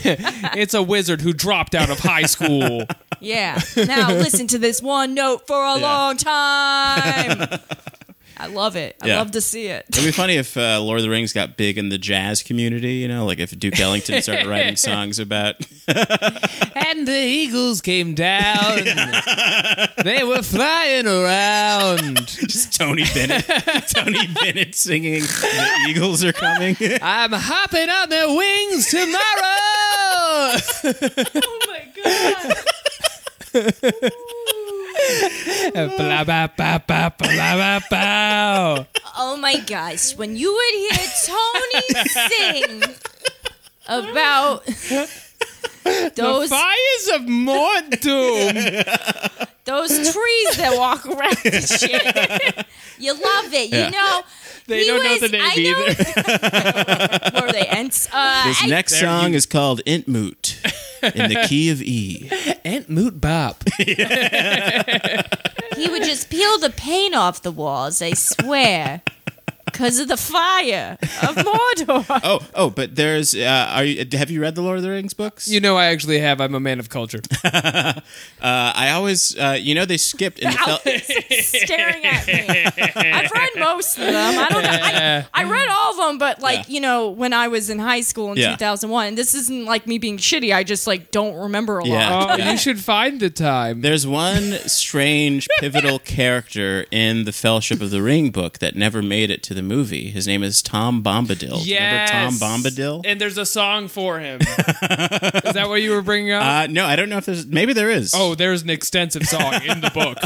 [SPEAKER 3] yeah.
[SPEAKER 1] It's a wizard who dropped out of high school.
[SPEAKER 2] Yeah. Now listen to this one note for a
[SPEAKER 3] Yeah.
[SPEAKER 2] long time. I love it. I
[SPEAKER 3] Yeah.
[SPEAKER 2] love to see it.
[SPEAKER 3] It'd be funny if uh, Lord of the Rings got big in the jazz community, you know, like if Duke Ellington started writing songs about.
[SPEAKER 1] and the eagles came down. They were flying around.
[SPEAKER 3] Just Tony Bennett. Tony Bennett singing The Eagles Are Coming.
[SPEAKER 1] I'm hopping on their wings tomorrow.
[SPEAKER 2] Oh my god.
[SPEAKER 1] blah, blah, blah, blah, blah, blah, blah.
[SPEAKER 4] Oh my gosh, when you would hear Tony sing about
[SPEAKER 1] The
[SPEAKER 4] those
[SPEAKER 1] fires of Mordor.
[SPEAKER 4] those trees that walk around and shit. you love it.
[SPEAKER 3] Yeah.
[SPEAKER 4] You know,
[SPEAKER 1] They
[SPEAKER 4] he
[SPEAKER 1] don't know
[SPEAKER 4] was-
[SPEAKER 1] the name
[SPEAKER 4] I know-
[SPEAKER 1] either.
[SPEAKER 4] were they ants? Uh,
[SPEAKER 3] This
[SPEAKER 4] I-
[SPEAKER 3] next
[SPEAKER 1] you-
[SPEAKER 3] song is called Intmoot in the key of E.
[SPEAKER 1] Aunt Moot Bop.
[SPEAKER 4] he would just peel the paint off the walls, I swear. Because of the fire of Mordor.
[SPEAKER 3] Oh, oh, but there's. Uh, are you, have you read the Lord of the Rings books?
[SPEAKER 1] You know, I actually have. I'm a man of culture.
[SPEAKER 3] uh, I always, uh, you know, they skipped in the.
[SPEAKER 2] Ow.
[SPEAKER 3] Fel-
[SPEAKER 2] Staring at me. I've read most of them. I don't know. I, I read all of them, but like,
[SPEAKER 3] Yeah.
[SPEAKER 2] you know, when I was in high school in
[SPEAKER 3] Yeah.
[SPEAKER 2] 2001, and this isn't like me being shitty. I just like don't remember a
[SPEAKER 3] Yeah.
[SPEAKER 2] lot.
[SPEAKER 1] Oh, you should find the time.
[SPEAKER 3] There's one strange pivotal character in the Fellowship of the Ring book that never made it to the movie. His name is Tom Bombadil. Remember Tom
[SPEAKER 1] Yes.
[SPEAKER 3] Bombadil?
[SPEAKER 1] And there's a song for him. Is that what you were bringing up?
[SPEAKER 3] uh, no, I don't know if there's. Maybe there is.
[SPEAKER 1] oh, there's an extensive song in the book.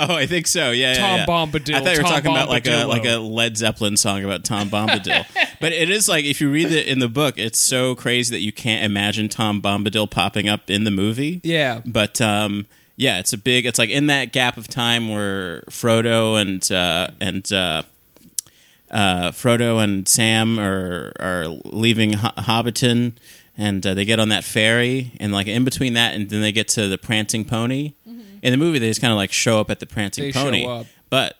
[SPEAKER 3] Oh, I think so. Yeah, yeah,
[SPEAKER 1] Tom
[SPEAKER 3] yeah.
[SPEAKER 1] Bombadil,
[SPEAKER 3] I thought you were
[SPEAKER 1] Tom
[SPEAKER 3] talking about like a
[SPEAKER 1] Bombadillo.
[SPEAKER 3] like a Led Zeppelin song about Tom Bombadil. but it is like if you read it in the book, it's so crazy that you can't imagine Tom Bombadil popping up in the movie.
[SPEAKER 1] Yeah.
[SPEAKER 3] But um, yeah, it's a big. It's like in that gap of time where Frodo and uh, and uh, uh, Frodo and Sam are are leaving Ho- Hobbiton, and uh, they get on that ferry, and like in between that, and then they get to the Prancing Pony. In the movie, they just kind of like show up at the Prancing
[SPEAKER 1] Mm-hmm. They show
[SPEAKER 3] Pony,
[SPEAKER 1] up.
[SPEAKER 3] but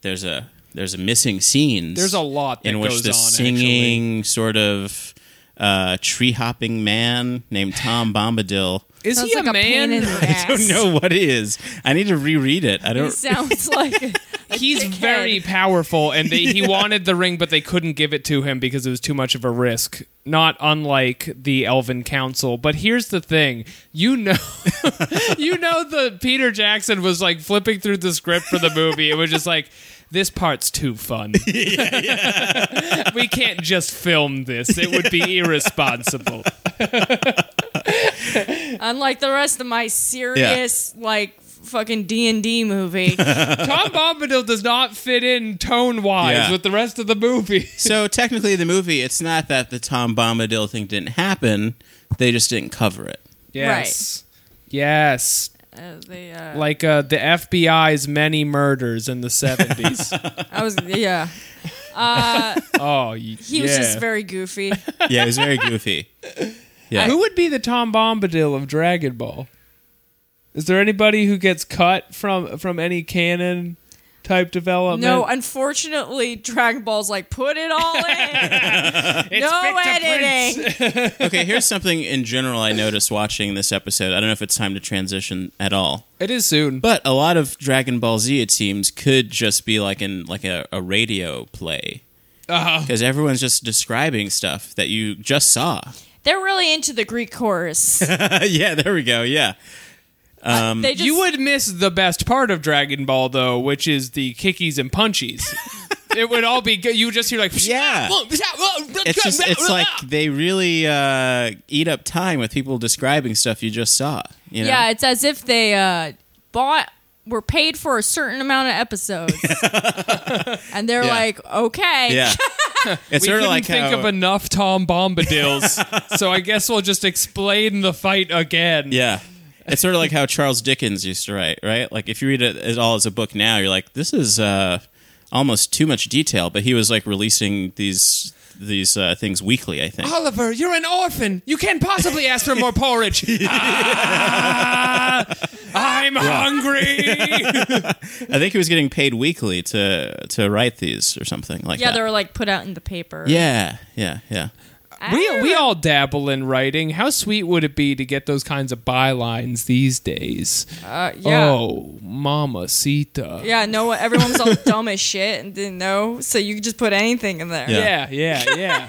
[SPEAKER 3] there's a there's a missing scenes.
[SPEAKER 1] There's a lot that
[SPEAKER 3] in which
[SPEAKER 1] goes
[SPEAKER 3] the
[SPEAKER 1] on,
[SPEAKER 3] singing sort of uh, tree hopping man named Tom Bombadil.
[SPEAKER 1] Is
[SPEAKER 4] Sounds
[SPEAKER 1] he
[SPEAKER 4] like
[SPEAKER 1] a
[SPEAKER 4] a pain
[SPEAKER 1] man?
[SPEAKER 4] in the
[SPEAKER 3] I don't know what he is. I need to reread it. I
[SPEAKER 4] He
[SPEAKER 3] don't.
[SPEAKER 4] sounds like a, a
[SPEAKER 1] He's
[SPEAKER 4] dickhead.
[SPEAKER 1] very powerful, and they, he wanted the ring, but they couldn't give it to him because it was too much of a risk. Not unlike the Elven Council. But here's the thing: you know, you know, the Peter Jackson was like flipping through the script for the movie. It was just like. This part's too fun. we can't just film this. It would be irresponsible.
[SPEAKER 2] Unlike the rest of my serious, like fucking D and D movie, Uh,
[SPEAKER 1] Tom Bombadil does not fit in tone wise
[SPEAKER 3] Yeah.
[SPEAKER 1] with the rest of the movie.
[SPEAKER 3] So technically, the movie, it's not that the Tom Bombadil thing didn't happen. They just didn't cover it.
[SPEAKER 1] Yes. Yes.
[SPEAKER 2] uh, the, uh,
[SPEAKER 1] Like uh, the FBI's many murders in the 70s.
[SPEAKER 2] I was yeah.
[SPEAKER 1] oh, y-
[SPEAKER 2] He was
[SPEAKER 1] yeah.
[SPEAKER 2] just very goofy.
[SPEAKER 3] Yeah, it was very goofy. Yeah.
[SPEAKER 1] Who would be the Tom Bombadil of Dragon Ball? Is there anybody who gets cut from from any canon type development?
[SPEAKER 2] No, unfortunately, Dragon Ball's like put it all in. no editing.
[SPEAKER 3] okay, here's something in general I noticed watching this episode. I don't know if it's time to transition at all.
[SPEAKER 1] It is soon.
[SPEAKER 3] But a lot of Dragon Ball Z, it seems, could just be like in like a, a radio play.
[SPEAKER 1] Uh-huh.
[SPEAKER 3] Because everyone's just describing stuff that you just saw.
[SPEAKER 2] They're really into the Greek chorus.
[SPEAKER 3] yeah, there we go. Yeah.
[SPEAKER 2] they just
[SPEAKER 1] you would miss the best part of Dragon Ball though, which is the kickies and punchies. it would all be good. You would just hear like
[SPEAKER 3] Yeah. It's just it's
[SPEAKER 1] uh,
[SPEAKER 3] like they really uh, eat up time with people describing stuff you just saw. You know?
[SPEAKER 2] yeah, it's as if they uh, bought were paid for a certain amount of episodes, and they're
[SPEAKER 3] Yeah.
[SPEAKER 2] like, okay,
[SPEAKER 3] Yeah. It's
[SPEAKER 1] we
[SPEAKER 3] sort
[SPEAKER 1] couldn't
[SPEAKER 3] of like
[SPEAKER 1] think
[SPEAKER 3] how,
[SPEAKER 1] of enough Tom Bombadils, so I guess we'll just explain the fight again.
[SPEAKER 3] yeah. It's sort of like how Charles Dickens used to write, right? Like if you read it at all as a book now, you're like, this is uh, almost too much detail. But he was like releasing these these uh, things weekly, I think.
[SPEAKER 1] Oliver, you're an orphan. You can't possibly ask for more porridge. Ah, I'm hungry.
[SPEAKER 3] I think he was getting paid weekly to to write these or something like
[SPEAKER 2] yeah,
[SPEAKER 3] that.
[SPEAKER 2] they were like put out in the paper. Ah,
[SPEAKER 3] yeah, yeah, yeah.
[SPEAKER 1] we, we all dabble in writing. How sweet would it be to get those kinds of bylines these days?
[SPEAKER 2] Uh, yeah.
[SPEAKER 1] Oh, mamacita.
[SPEAKER 2] Yeah, no, one- everyone was all dumb as shit and didn't know, so you could just put anything in there.
[SPEAKER 3] Yeah.
[SPEAKER 1] Yeah, yeah, yeah.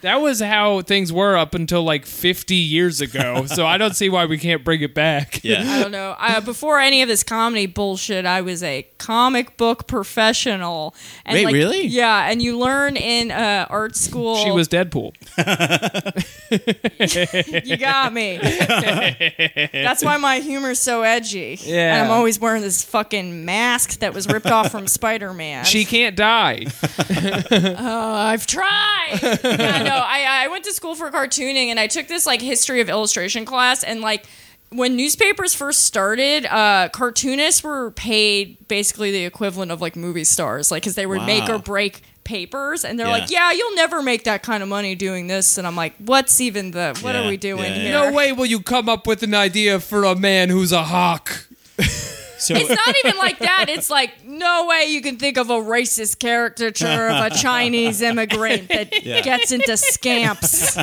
[SPEAKER 1] that was how things were up until like 50 years ago. So I don't see why we can't bring it back.
[SPEAKER 3] Yeah.
[SPEAKER 2] I don't know. I, before any of this comedy bullshit, I was a comic book professional. And
[SPEAKER 3] Wait, really?
[SPEAKER 2] Yeah, and you learn in uh, art school.
[SPEAKER 1] She was Deadpool.
[SPEAKER 2] You got me. That's why my humor's so edgy.
[SPEAKER 1] Yeah.
[SPEAKER 2] And I'm always wearing this fucking mask that was ripped off from Spider Man.
[SPEAKER 1] She can't die.
[SPEAKER 2] Uh, I've tried. yeah, no, I, I went to school for cartooning and I took this like history of illustration class and like when newspapers first started, uh, cartoonists were paid basically the equivalent of like movie stars, like because they would make
[SPEAKER 3] Wow.
[SPEAKER 2] or break papers, and they're
[SPEAKER 3] Yeah.
[SPEAKER 2] like, "Yeah, you'll never make that kind of money doing this," and I'm like, "What's even the? What
[SPEAKER 3] Yeah,
[SPEAKER 2] are we doing
[SPEAKER 3] yeah, yeah.
[SPEAKER 2] here?"
[SPEAKER 1] No way will you come up with an idea for a man who's a hawk.
[SPEAKER 3] So
[SPEAKER 2] It's not even like that. It's like no way you can think of a racist caricature of a Chinese immigrant that
[SPEAKER 3] Yeah.
[SPEAKER 2] gets into scamps.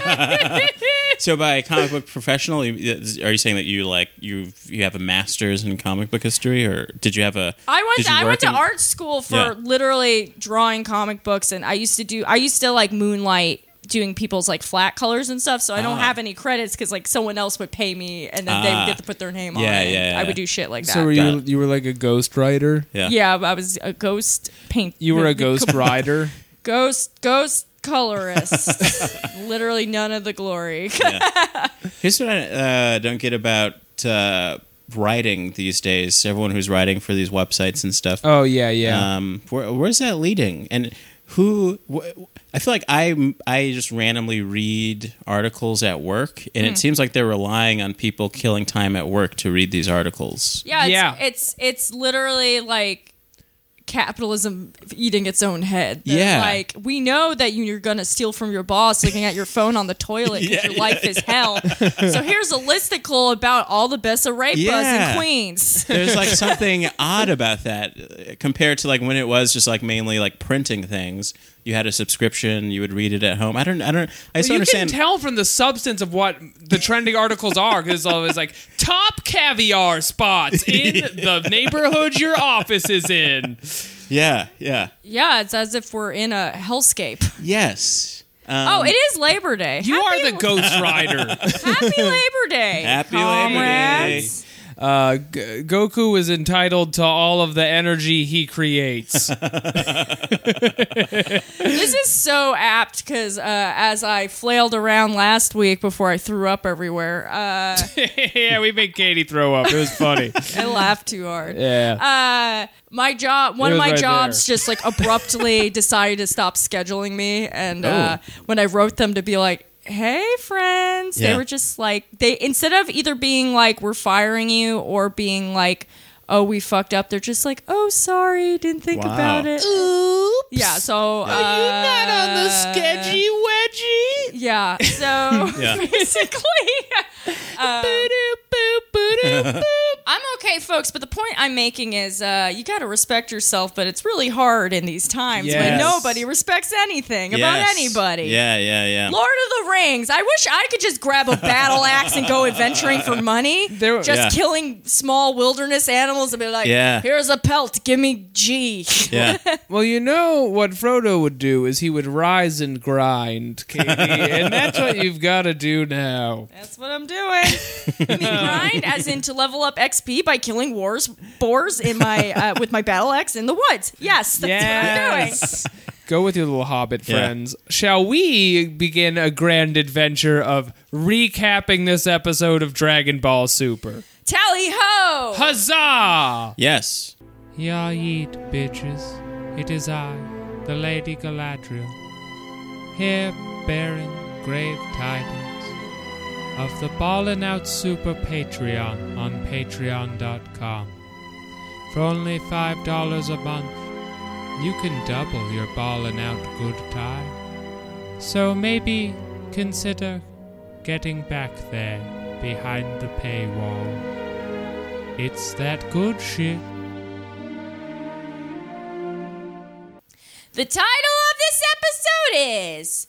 [SPEAKER 3] So by comic book professional, you- are you saying that you like you you have a master's in comic book history, or did you have a?
[SPEAKER 2] I went.
[SPEAKER 3] did
[SPEAKER 2] To,
[SPEAKER 3] you
[SPEAKER 2] I went
[SPEAKER 3] work
[SPEAKER 2] to
[SPEAKER 3] in-
[SPEAKER 2] art school for
[SPEAKER 3] Yeah.
[SPEAKER 2] literally drawing comic books, and I used to do. I used to like moonlight doing people's like flat colors and stuff. So I don't have any credits because like someone else would pay me, and then they
[SPEAKER 3] Ah.
[SPEAKER 2] would get to put their name on.
[SPEAKER 3] Yeah,
[SPEAKER 2] it.
[SPEAKER 3] yeah, yeah.
[SPEAKER 2] I would do shit like that.
[SPEAKER 1] So were
[SPEAKER 3] Got
[SPEAKER 1] you
[SPEAKER 3] it.
[SPEAKER 1] you were like a ghost writer?
[SPEAKER 3] Yeah.
[SPEAKER 2] yeah, I was a ghost paint.
[SPEAKER 1] You were a ghost rider.
[SPEAKER 2] Ghost. Ghost colorist. literally none of the glory.
[SPEAKER 3] Here's what I uh, don't get about uh, writing these days. Everyone who's writing for these websites and stuff.
[SPEAKER 1] Oh yeah, yeah.
[SPEAKER 3] Um, where, where's that leading? And who? Wh- I feel like I I just randomly read articles at work, and
[SPEAKER 2] Hmm.
[SPEAKER 3] it seems like they're relying on people killing time at work to read these articles.
[SPEAKER 2] Yeah, it's,
[SPEAKER 1] Yeah.
[SPEAKER 2] it's it's literally like capitalism eating its own head. They're
[SPEAKER 3] Yeah.
[SPEAKER 2] like we know that you're gonna steal from your boss looking at your phone on the toilet. 'cause your life is hell. so here's a listicle about all the best array
[SPEAKER 3] Yeah.
[SPEAKER 2] in Queens.
[SPEAKER 3] There's like something odd about that uh, compared to like when it was just like mainly like printing things. You had a subscription, you would read it at home. I don't, I don't, I just
[SPEAKER 1] you
[SPEAKER 3] don't understand.
[SPEAKER 1] can tell from the substance of what the trending articles are because it's always like top caviar spots in the neighborhood your office is in.
[SPEAKER 3] yeah, yeah,
[SPEAKER 2] yeah, it's as if we're in a hellscape.
[SPEAKER 3] yes. Um,
[SPEAKER 2] oh, it is Labor Day.
[SPEAKER 1] You
[SPEAKER 2] happy,
[SPEAKER 1] are the Ghost Rider.
[SPEAKER 2] happy Labor Day.
[SPEAKER 3] Happy Labor Day.
[SPEAKER 2] comrades.
[SPEAKER 1] Uh, G- Goku is entitled to all of the energy he creates.
[SPEAKER 2] This is so apt because uh, as I flailed around last week before I threw up everywhere, uh,
[SPEAKER 1] yeah, we made Katie throw up. It was funny.
[SPEAKER 2] I laughed too hard.
[SPEAKER 1] Yeah.
[SPEAKER 2] Uh, my job, one
[SPEAKER 1] It
[SPEAKER 2] of
[SPEAKER 1] was
[SPEAKER 2] my
[SPEAKER 1] right
[SPEAKER 2] jobs,
[SPEAKER 1] there.
[SPEAKER 2] just like abruptly decided to stop scheduling me, and uh,
[SPEAKER 1] Oh.
[SPEAKER 2] when I wrote them to be like. Hey friends,
[SPEAKER 3] Yeah.
[SPEAKER 2] they were just like they instead of either being like we're firing you or being like oh we fucked up, they're just like oh sorry, didn't think
[SPEAKER 3] Wow.
[SPEAKER 2] about it.
[SPEAKER 1] Oops.
[SPEAKER 2] Yeah, so uh,
[SPEAKER 1] wedgie.
[SPEAKER 2] Yeah. So
[SPEAKER 3] Yeah.
[SPEAKER 2] basically, uh, I'm okay, folks. But the point I'm making is, uh, you got to respect yourself. But it's really hard in these times when
[SPEAKER 1] Yes.
[SPEAKER 2] nobody respects anything about
[SPEAKER 3] Yes.
[SPEAKER 2] anybody.
[SPEAKER 3] Yeah, yeah, yeah.
[SPEAKER 2] Lord of the Rings. I wish I could just grab a battle axe and go adventuring for money.
[SPEAKER 1] There-
[SPEAKER 2] just
[SPEAKER 3] Yeah.
[SPEAKER 2] killing small wilderness animals and be like,
[SPEAKER 3] Yeah.
[SPEAKER 2] here's a pelt. Give me G.
[SPEAKER 3] yeah.
[SPEAKER 1] Well, you know what Frodo would do is he would rise and grind, Katie, and that's what you've got to do now.
[SPEAKER 2] That's what I'm doing. You mean grind, as in to level up XP by killing wars boars in my uh, with my battle axe in the woods. Yes, that's what I'm doing.
[SPEAKER 1] Yes. Go with your little hobbit
[SPEAKER 3] Yeah.
[SPEAKER 1] friends. Shall we begin a grand adventure of recapping this episode of Dragon Ball Super?
[SPEAKER 2] Tally ho!
[SPEAKER 1] Huzzah!
[SPEAKER 3] Yes.
[SPEAKER 1] Ya yeet, bitches. It is I, the Lady Galadriel, here bearing grave tidings of the Ballin' Out Super Patreon on patreon.com. For only $5 a month, you can double your Ballin' Out good time. So maybe consider getting back there behind the paywall. It's that good shit.
[SPEAKER 4] The title of this episode is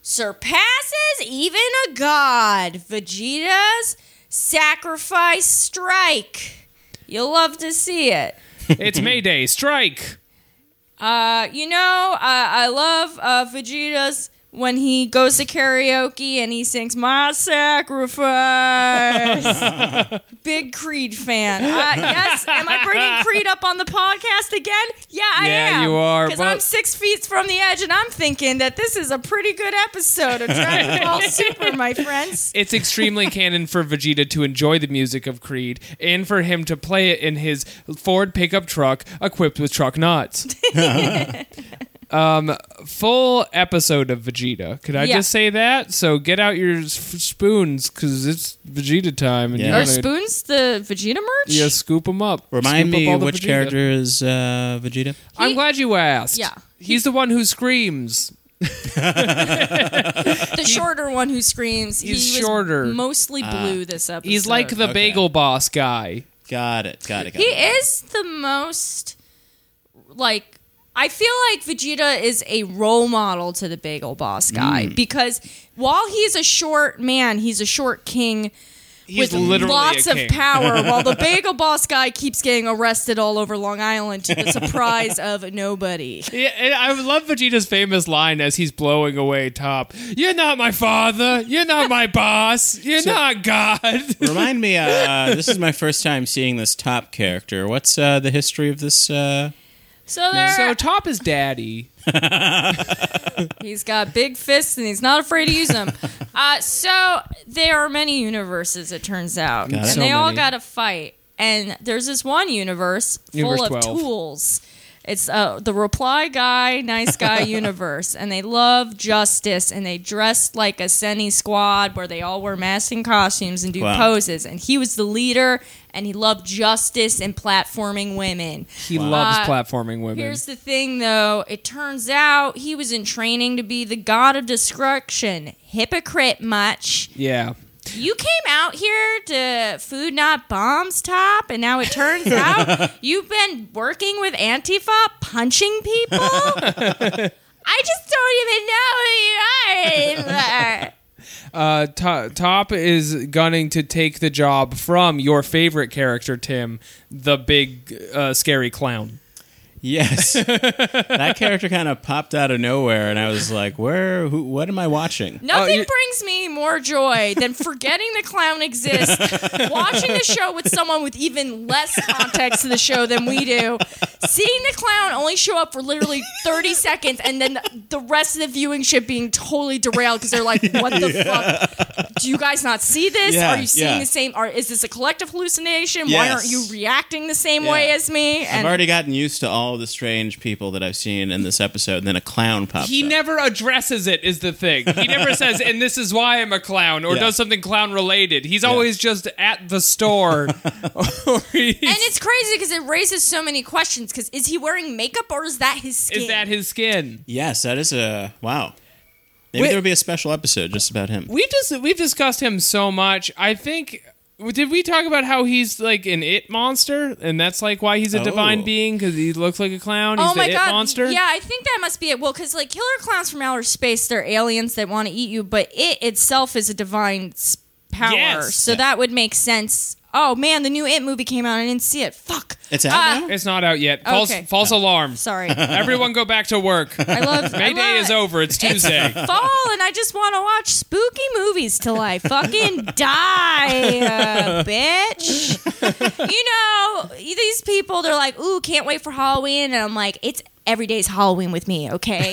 [SPEAKER 4] Surpasses Even a God Vegeta's Sacrifice Strike. You'll love to see it.
[SPEAKER 1] It's Mayday. Strike.
[SPEAKER 2] Uh, you know, uh, I love uh, Vegeta's when he goes to karaoke and he sings "My Sacrifice." Big Creed fan. Uh, yes, am I bringing Creed up on the podcast again? Yeah, I
[SPEAKER 1] Yeah,
[SPEAKER 2] am.
[SPEAKER 1] you are,
[SPEAKER 2] Because
[SPEAKER 1] but-
[SPEAKER 2] I'm six feet from the edge, and I'm thinking that this is a pretty good episode of Dragon Ball Super, my friends.
[SPEAKER 1] It's extremely canon for Vegeta to enjoy the music of Creed and for him to play it in his Ford pickup truck equipped with truck nuts. um, full episode of Vegeta. Could I
[SPEAKER 2] Yeah.
[SPEAKER 1] just say that? So get out your s- spoons because it's Vegeta time. And
[SPEAKER 3] Yeah.
[SPEAKER 1] you
[SPEAKER 2] Are
[SPEAKER 1] wanna-
[SPEAKER 2] spoons the Vegeta merch?
[SPEAKER 1] Yeah, scoop them up.
[SPEAKER 3] Remind
[SPEAKER 1] Scoop up
[SPEAKER 3] me
[SPEAKER 1] all the
[SPEAKER 3] which
[SPEAKER 1] Vegeta.
[SPEAKER 3] character is uh, Vegeta?
[SPEAKER 1] I'm glad you asked.
[SPEAKER 2] Yeah.
[SPEAKER 1] He's the one who screams.
[SPEAKER 2] the shorter one who screams.
[SPEAKER 1] He's
[SPEAKER 2] he was
[SPEAKER 1] shorter.
[SPEAKER 2] Mostly blue this episode.
[SPEAKER 1] He's like the
[SPEAKER 3] Okay.
[SPEAKER 1] bagel boss guy.
[SPEAKER 3] Got it. Got it. Got
[SPEAKER 2] He
[SPEAKER 3] it.
[SPEAKER 2] is the most like I feel like Vegeta is a role model to the Bagel Boss guy because while he's a short man, he's a short king
[SPEAKER 1] He's
[SPEAKER 2] with
[SPEAKER 1] literally
[SPEAKER 2] lots
[SPEAKER 1] a
[SPEAKER 2] of
[SPEAKER 1] king.
[SPEAKER 2] power. While the Bagel Boss guy keeps getting arrested all over Long Island to the surprise of nobody.
[SPEAKER 1] Yeah, and I love Vegeta's famous line as he's blowing away Top. You're not my father. You're not my boss. You're not God.
[SPEAKER 3] Remind me. Uh, this is my first time seeing this top character. What's uh, the history of this? Uh...
[SPEAKER 2] So there,
[SPEAKER 1] so Top is daddy.
[SPEAKER 2] he's got big fists and he's not afraid to use them. Uh, so there are many universes, it turns out,
[SPEAKER 3] Got it.
[SPEAKER 2] and
[SPEAKER 1] So
[SPEAKER 2] they all
[SPEAKER 1] many.
[SPEAKER 2] got to fight. And there's this one universe full
[SPEAKER 1] Universe
[SPEAKER 2] of
[SPEAKER 1] 12.
[SPEAKER 2] tools. It's uh, the reply guy, nice guy universe, and they love justice. And they dress like a Senny squad, where they all wear masks and costumes and do
[SPEAKER 3] Wow.
[SPEAKER 2] poses. And he was the leader, and he loved justice and platforming women.
[SPEAKER 1] He loves
[SPEAKER 2] Uh,
[SPEAKER 1] platforming women.
[SPEAKER 2] Here's the thing, though. It turns out he was in training to be the god of destruction. Hypocrite much.
[SPEAKER 1] yeah.
[SPEAKER 2] You came out here to Food Not Bombs Top, and now it turns out you've been working with Antifa, punching people? I just don't even know who you are anymore.
[SPEAKER 1] Uh, To- Top is gunning to take the job from your favorite character, Tim, the big uh, scary clown.
[SPEAKER 3] Yes, that character kind of popped out of nowhere, and I was like, "Where? Who? What am I watching?"
[SPEAKER 2] Nothing
[SPEAKER 1] you-
[SPEAKER 2] brings me more joy than forgetting the clown exists, watching the show with someone with even less context to the show than we do, seeing the clown only show up for literally 30 seconds, and then the, the rest of the viewing ship being totally derailed because they're like, what the fuck? Do you guys not see this?
[SPEAKER 3] Yeah,
[SPEAKER 2] are you seeing
[SPEAKER 3] yeah.
[SPEAKER 2] the same? Are, is this a collective hallucination? Why aren't
[SPEAKER 3] Yes.
[SPEAKER 2] you reacting the same
[SPEAKER 3] Yeah.
[SPEAKER 2] way as me?
[SPEAKER 3] I've
[SPEAKER 2] And-
[SPEAKER 3] already gotten used to all the strange people that I've seen in this episode, and then a clown pops
[SPEAKER 1] He
[SPEAKER 3] up.
[SPEAKER 1] never addresses it, is the thing. He never says, and this is why I'm a clown, or
[SPEAKER 3] Yeah.
[SPEAKER 1] does something clown related. He's always just at the store. or he's-
[SPEAKER 2] and it's crazy because it raises so many questions. Because is he wearing makeup or is that his skin?
[SPEAKER 1] is that his skin?
[SPEAKER 3] Yes, that is a wow. Maybe
[SPEAKER 1] Wait-
[SPEAKER 3] there would be a special episode just about him.
[SPEAKER 1] we just we've discussed him so much. I think did we talk about how he's like an it monster, and that's like why he's a
[SPEAKER 3] Oh.
[SPEAKER 1] divine being because he looks like a clown. He's the it monster.
[SPEAKER 2] Oh Yeah, I think that must be it. Well, because like killer clowns from outer space, they're aliens that want to eat you, but it itself is a divine s- power,
[SPEAKER 1] Yes.
[SPEAKER 2] so
[SPEAKER 3] Yeah.
[SPEAKER 2] that would make sense. Oh man, the new It movie came out. I didn't see it. Fuck.
[SPEAKER 3] It's out
[SPEAKER 2] Ah,
[SPEAKER 3] now.
[SPEAKER 1] it's not out yet. False
[SPEAKER 2] Okay.
[SPEAKER 1] false alarm.
[SPEAKER 2] Sorry, I
[SPEAKER 1] Everyone go back to work.
[SPEAKER 2] love I
[SPEAKER 1] Mayday
[SPEAKER 2] love
[SPEAKER 1] is over. It's Tuesday.
[SPEAKER 2] Fall, and I just want to watch spooky movies till I fucking die, uh, bitch. you know, these people, they're like, ooh, can't wait for Halloween. And I'm like, it's every day's Halloween with me, okay?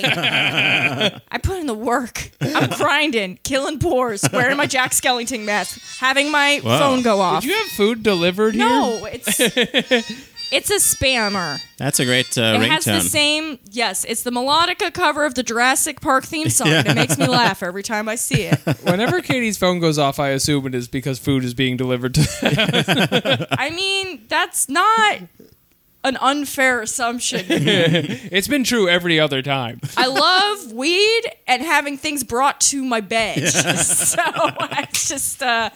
[SPEAKER 2] I put in the work. I'm grinding, killing boars, wearing my Jack Skellington mask, having my
[SPEAKER 3] Wow.
[SPEAKER 2] phone go off.
[SPEAKER 1] Did you have food delivered here?
[SPEAKER 2] no, it's. It's a spammer.
[SPEAKER 3] That's a great uh,
[SPEAKER 2] It has the
[SPEAKER 3] ringtone.
[SPEAKER 2] same, yes, it's the melodica cover of the Jurassic Park theme song. and It makes me laugh every time I see it.
[SPEAKER 1] Whenever Katie's phone goes off, I assume it is because food is being delivered to
[SPEAKER 2] I mean, that's not an unfair assumption.
[SPEAKER 1] It's been true every other time.
[SPEAKER 2] I love weed and having things brought to my bed. so I just, uh,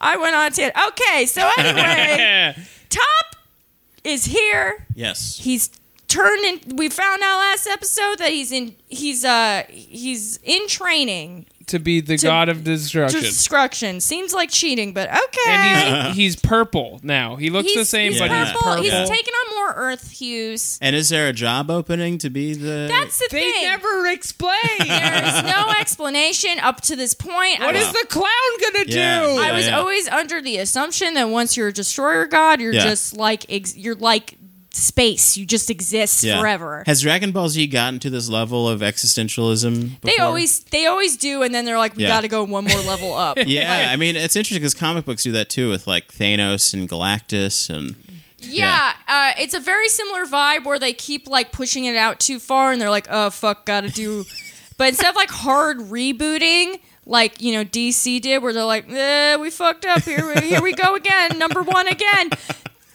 [SPEAKER 2] I went on to it. Okay, so anyway, Top is here.
[SPEAKER 3] yes.
[SPEAKER 2] He's turned in. We found out last episode that he's in. He's uh. He's in training.
[SPEAKER 1] to be the god of destruction.
[SPEAKER 2] Destruction seems like cheating, but okay.
[SPEAKER 1] and he's, he's purple now. He looks the same,
[SPEAKER 2] he's
[SPEAKER 1] but
[SPEAKER 3] Yeah.
[SPEAKER 1] he's
[SPEAKER 2] purple.
[SPEAKER 1] purple.
[SPEAKER 2] He's
[SPEAKER 3] Yeah.
[SPEAKER 2] taking on more earth hues.
[SPEAKER 3] And is there a job opening to be the?
[SPEAKER 2] That's the
[SPEAKER 1] They
[SPEAKER 2] thing.
[SPEAKER 1] never explain.
[SPEAKER 2] there is no explanation up to this point. I
[SPEAKER 1] what
[SPEAKER 2] was,
[SPEAKER 1] is the clown gonna
[SPEAKER 3] Yeah.
[SPEAKER 1] do?
[SPEAKER 2] I was
[SPEAKER 3] Yeah.
[SPEAKER 2] always under the assumption that once you're a destroyer god, you're
[SPEAKER 3] Yeah.
[SPEAKER 2] just like ex- you're like space. You just exist
[SPEAKER 3] Yeah.
[SPEAKER 2] forever.
[SPEAKER 3] Has Dragon Ball Z gotten to this level of existentialism?
[SPEAKER 2] they
[SPEAKER 3] before?
[SPEAKER 2] always they always do, and then they're like, we
[SPEAKER 3] Yeah.
[SPEAKER 2] got to go one more level up.
[SPEAKER 3] Yeah, I mean it's interesting because comic books do that too with like Thanos and Galactus and
[SPEAKER 2] Yeah, Uh, it's a very similar vibe where they keep like pushing it out too far, and they're like, "Oh fuck, gotta do," but instead of like hard rebooting, like you know DC did, where they're like, eh, "We fucked up here, we- here we go again, number one again."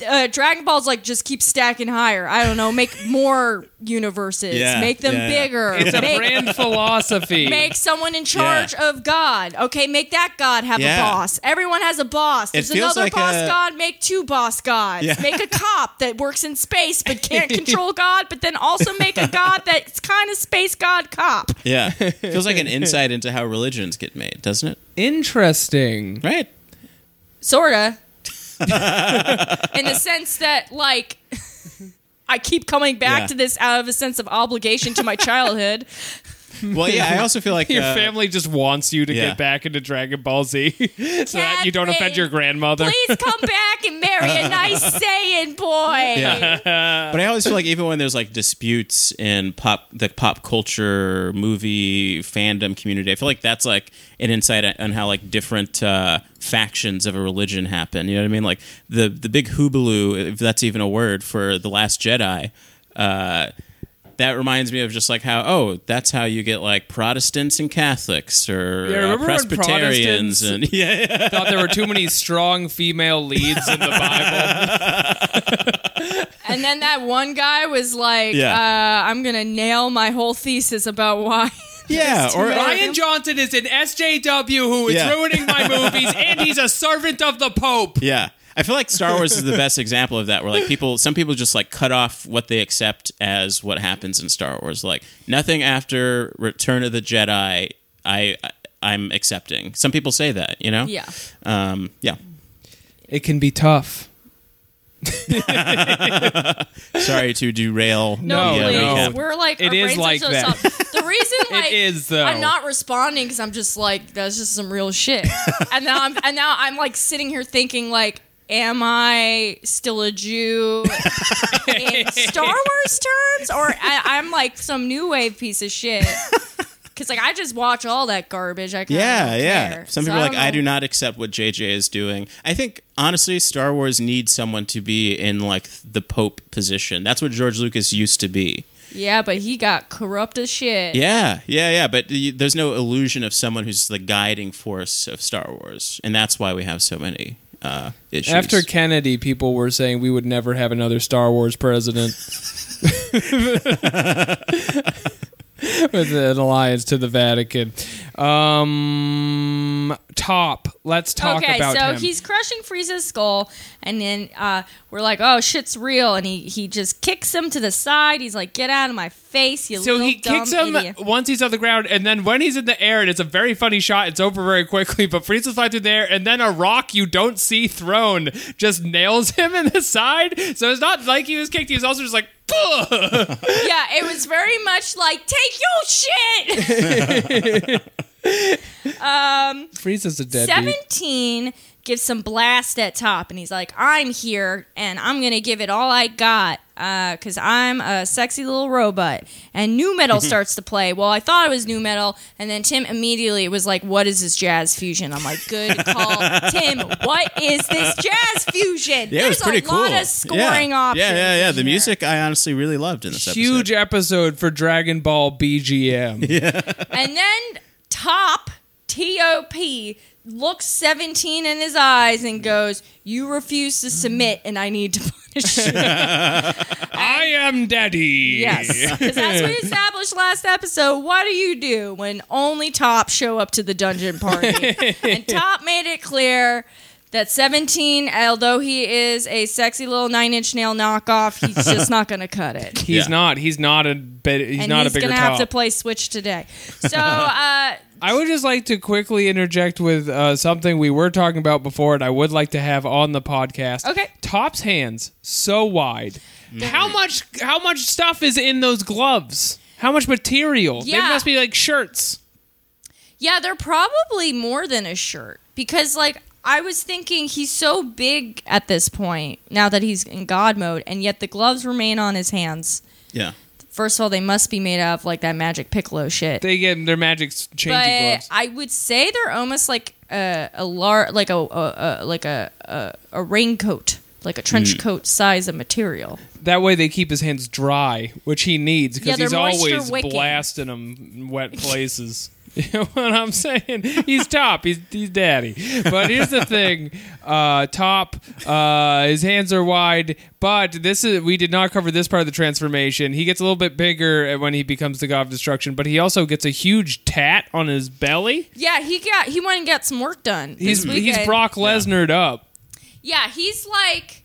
[SPEAKER 2] Uh, Dragon Ball's like just keep stacking higher. I don't know, make more universes,
[SPEAKER 3] Yeah,
[SPEAKER 2] make them
[SPEAKER 3] yeah, yeah.
[SPEAKER 2] bigger,
[SPEAKER 1] it's a
[SPEAKER 2] make,
[SPEAKER 1] brand philosophy.
[SPEAKER 2] make someone in charge of God. Okay, make that God have
[SPEAKER 3] Yeah.
[SPEAKER 2] a boss. Everyone has a boss. There's
[SPEAKER 3] feels
[SPEAKER 2] another
[SPEAKER 3] like
[SPEAKER 2] boss
[SPEAKER 3] a-
[SPEAKER 2] God. Make two boss gods.
[SPEAKER 3] Yeah.
[SPEAKER 2] Make a cop that works in space but can't control God, but then also make a God that's kind of space god cop.
[SPEAKER 3] yeah, feels like an insight into how religions get made, doesn't it?
[SPEAKER 1] Interesting.
[SPEAKER 3] Right.
[SPEAKER 2] Sorta. in the sense that, like, I keep coming back
[SPEAKER 3] Yeah.
[SPEAKER 2] to this out of a sense of obligation to my childhood.
[SPEAKER 3] Well, yeah, I also feel like
[SPEAKER 1] Your
[SPEAKER 3] uh,
[SPEAKER 1] family just wants you to
[SPEAKER 3] yeah.
[SPEAKER 1] get back into Dragon Ball Z so that you don't offend
[SPEAKER 4] Catherine,
[SPEAKER 1] your grandmother.
[SPEAKER 4] Please come back and marry a nice Saiyan boy.
[SPEAKER 3] Yeah. but I always feel like even when there's like disputes in pop the pop culture movie fandom community, I feel like that's like an insight on how like different uh, factions of a religion happen. You know what I mean? Like the the big hoobaloo, if that's even a word for the Last Jedi. Uh, that reminds me of just like how oh that's how you get like Protestants and Catholics or
[SPEAKER 1] Yeah,
[SPEAKER 3] uh,
[SPEAKER 1] remember when
[SPEAKER 3] Presbyterians
[SPEAKER 1] Protestants-
[SPEAKER 3] and yeah
[SPEAKER 1] Thought there were too many strong female leads in the Bible.
[SPEAKER 2] And then that one guy was like,
[SPEAKER 3] Yeah.
[SPEAKER 2] uh, I'm going to nail my whole thesis about why.
[SPEAKER 3] yeah or, or
[SPEAKER 1] Ryan Johnson is an SJW who is
[SPEAKER 3] Yeah.
[SPEAKER 1] ruining my movies, and he's a servant of the Pope.
[SPEAKER 3] Yeah. I feel like Star Wars is the best example of that where like people some people just like cut off what they accept as what happens in Star Wars like nothing after Return of the Jedi I, I I'm accepting. Some people say that, you know?
[SPEAKER 2] Yeah.
[SPEAKER 3] Um yeah.
[SPEAKER 1] It can be tough.
[SPEAKER 3] Sorry to derail
[SPEAKER 1] No,
[SPEAKER 2] No,
[SPEAKER 3] the, uh,
[SPEAKER 2] please.
[SPEAKER 1] no.
[SPEAKER 3] recap.
[SPEAKER 2] We're like,
[SPEAKER 1] It
[SPEAKER 2] our
[SPEAKER 1] is
[SPEAKER 2] brains
[SPEAKER 1] like
[SPEAKER 2] are so
[SPEAKER 1] that.
[SPEAKER 2] soft. The reason, like,
[SPEAKER 1] is, though.
[SPEAKER 2] I'm not responding because I'm just like, that's just some real shit. and now I'm, and now I'm like sitting here thinking, like, am I still a Jew in Star Wars terms, or I, I'm like some new wave piece of shit? Because like, I just watch all that garbage. I kinda
[SPEAKER 3] Yeah,
[SPEAKER 2] don't
[SPEAKER 3] yeah.
[SPEAKER 2] care.
[SPEAKER 3] Some
[SPEAKER 2] So
[SPEAKER 3] people are like,
[SPEAKER 2] don't
[SPEAKER 3] I do
[SPEAKER 2] know.
[SPEAKER 3] not accept what JJ is doing. I think honestly, Star Wars needs someone to be in like the Pope position. That's what George Lucas used to be.
[SPEAKER 2] Yeah, but he got corrupt as shit.
[SPEAKER 3] Yeah, yeah, yeah. But y there's no illusion of someone who's the guiding force of Star Wars, and that's why we have so many uh, issues.
[SPEAKER 1] After Kennedy, people were saying we would never have another Star Wars president with an alliance to the Vatican. Um, top. Let's talk
[SPEAKER 2] okay,
[SPEAKER 1] about
[SPEAKER 2] so
[SPEAKER 1] him.
[SPEAKER 2] he's crushing Frieza's skull, and then uh, we're like, "Oh, shit's real!" And he he just kicks him to the side. He's like, "Get out of my face, you
[SPEAKER 1] so
[SPEAKER 2] little
[SPEAKER 1] he
[SPEAKER 2] dumb
[SPEAKER 1] kicks him
[SPEAKER 2] idiot!"
[SPEAKER 1] once he's on the ground, and then when he's in the air, and it's a very funny shot. It's over very quickly, but Frieza fly through there, and then a rock you don't see thrown just nails him in the side. So it's not like he was kicked; he was also just like, "Ugh."
[SPEAKER 2] yeah, it was very much like, "Take your shit."
[SPEAKER 1] Frieza's a dead
[SPEAKER 2] Seventeen gives some blast at top, and he's like, "I'm here, and I'm gonna give it all I got." Because I'm a sexy little robot, and new metal starts to play. Well, I thought it was new metal, and then Tim immediately was like, "What is this jazz fusion?" I'm like, "Good call, Tim. What is this jazz fusion?"
[SPEAKER 3] yeah, it
[SPEAKER 2] There's
[SPEAKER 3] was pretty
[SPEAKER 2] a
[SPEAKER 3] cool.
[SPEAKER 2] lot of scoring
[SPEAKER 3] yeah.
[SPEAKER 2] options.
[SPEAKER 3] Yeah, yeah, yeah.
[SPEAKER 2] in
[SPEAKER 3] The
[SPEAKER 2] here.
[SPEAKER 3] music I honestly really loved in this
[SPEAKER 1] Huge
[SPEAKER 3] episode.
[SPEAKER 1] episode for Dragon Ball BGM.
[SPEAKER 2] And then Top, T O P, looks 17 in his eyes and goes, You refuse to submit, and I need to punish you.
[SPEAKER 1] I am Daddy.
[SPEAKER 2] yes. Because as we established last episode, what do you do when only Top show up to the dungeon party? and Top made it clear. That 17, although he is a sexy little nine inch nail knockoff, he's just not going to cut it.
[SPEAKER 1] He's
[SPEAKER 3] Yeah.
[SPEAKER 1] not. He's not a. Bit, he's
[SPEAKER 2] and
[SPEAKER 1] not a
[SPEAKER 2] he's
[SPEAKER 1] bigger
[SPEAKER 2] gonna
[SPEAKER 1] top.
[SPEAKER 2] have to play Switch today. So, uh,
[SPEAKER 1] I would just like to quickly interject with uh, something we were talking about before, and I would like to have on the podcast.
[SPEAKER 2] Okay.
[SPEAKER 1] Top's hands so wide.
[SPEAKER 3] Mm.
[SPEAKER 1] How much? How much stuff is in those gloves? How much material?
[SPEAKER 2] Yeah.
[SPEAKER 1] They must be like shirts.
[SPEAKER 2] Yeah, they're probably more than a shirt because, like, I was thinking he's so big at this point now that he's in God mode, and yet the gloves remain on his hands.
[SPEAKER 1] e-
[SPEAKER 3] Yeah.
[SPEAKER 2] First of all, they must be made out of like that magic piccolo shit.
[SPEAKER 1] They get their magic s-
[SPEAKER 2] but
[SPEAKER 1] changing gloves.
[SPEAKER 2] I would say they're almost like a, a lar- like a, a, a like a, a a raincoat, like a trench
[SPEAKER 1] Hmm.
[SPEAKER 2] coat size of material.
[SPEAKER 1] That way they keep his hands dry, which he needs
[SPEAKER 2] Yeah,
[SPEAKER 1] because
[SPEAKER 2] they're
[SPEAKER 1] he's always
[SPEAKER 2] moisture wicking.
[SPEAKER 1] blasting them in wet places. You know what I'm saying? He's top. He's he's daddy. But here's the thing: uh, top. Uh, his hands are wide, but this is we did not cover this part of the transformation. He gets a little bit bigger uh, when he becomes the god of destruction, but he also gets a huge tat on his belly.
[SPEAKER 2] Yeah, he got he went and got some work done.
[SPEAKER 1] He's
[SPEAKER 2] this
[SPEAKER 1] he's
[SPEAKER 2] weekend.
[SPEAKER 1] Brock Lesnar'd up.
[SPEAKER 2] Yeah, he's like,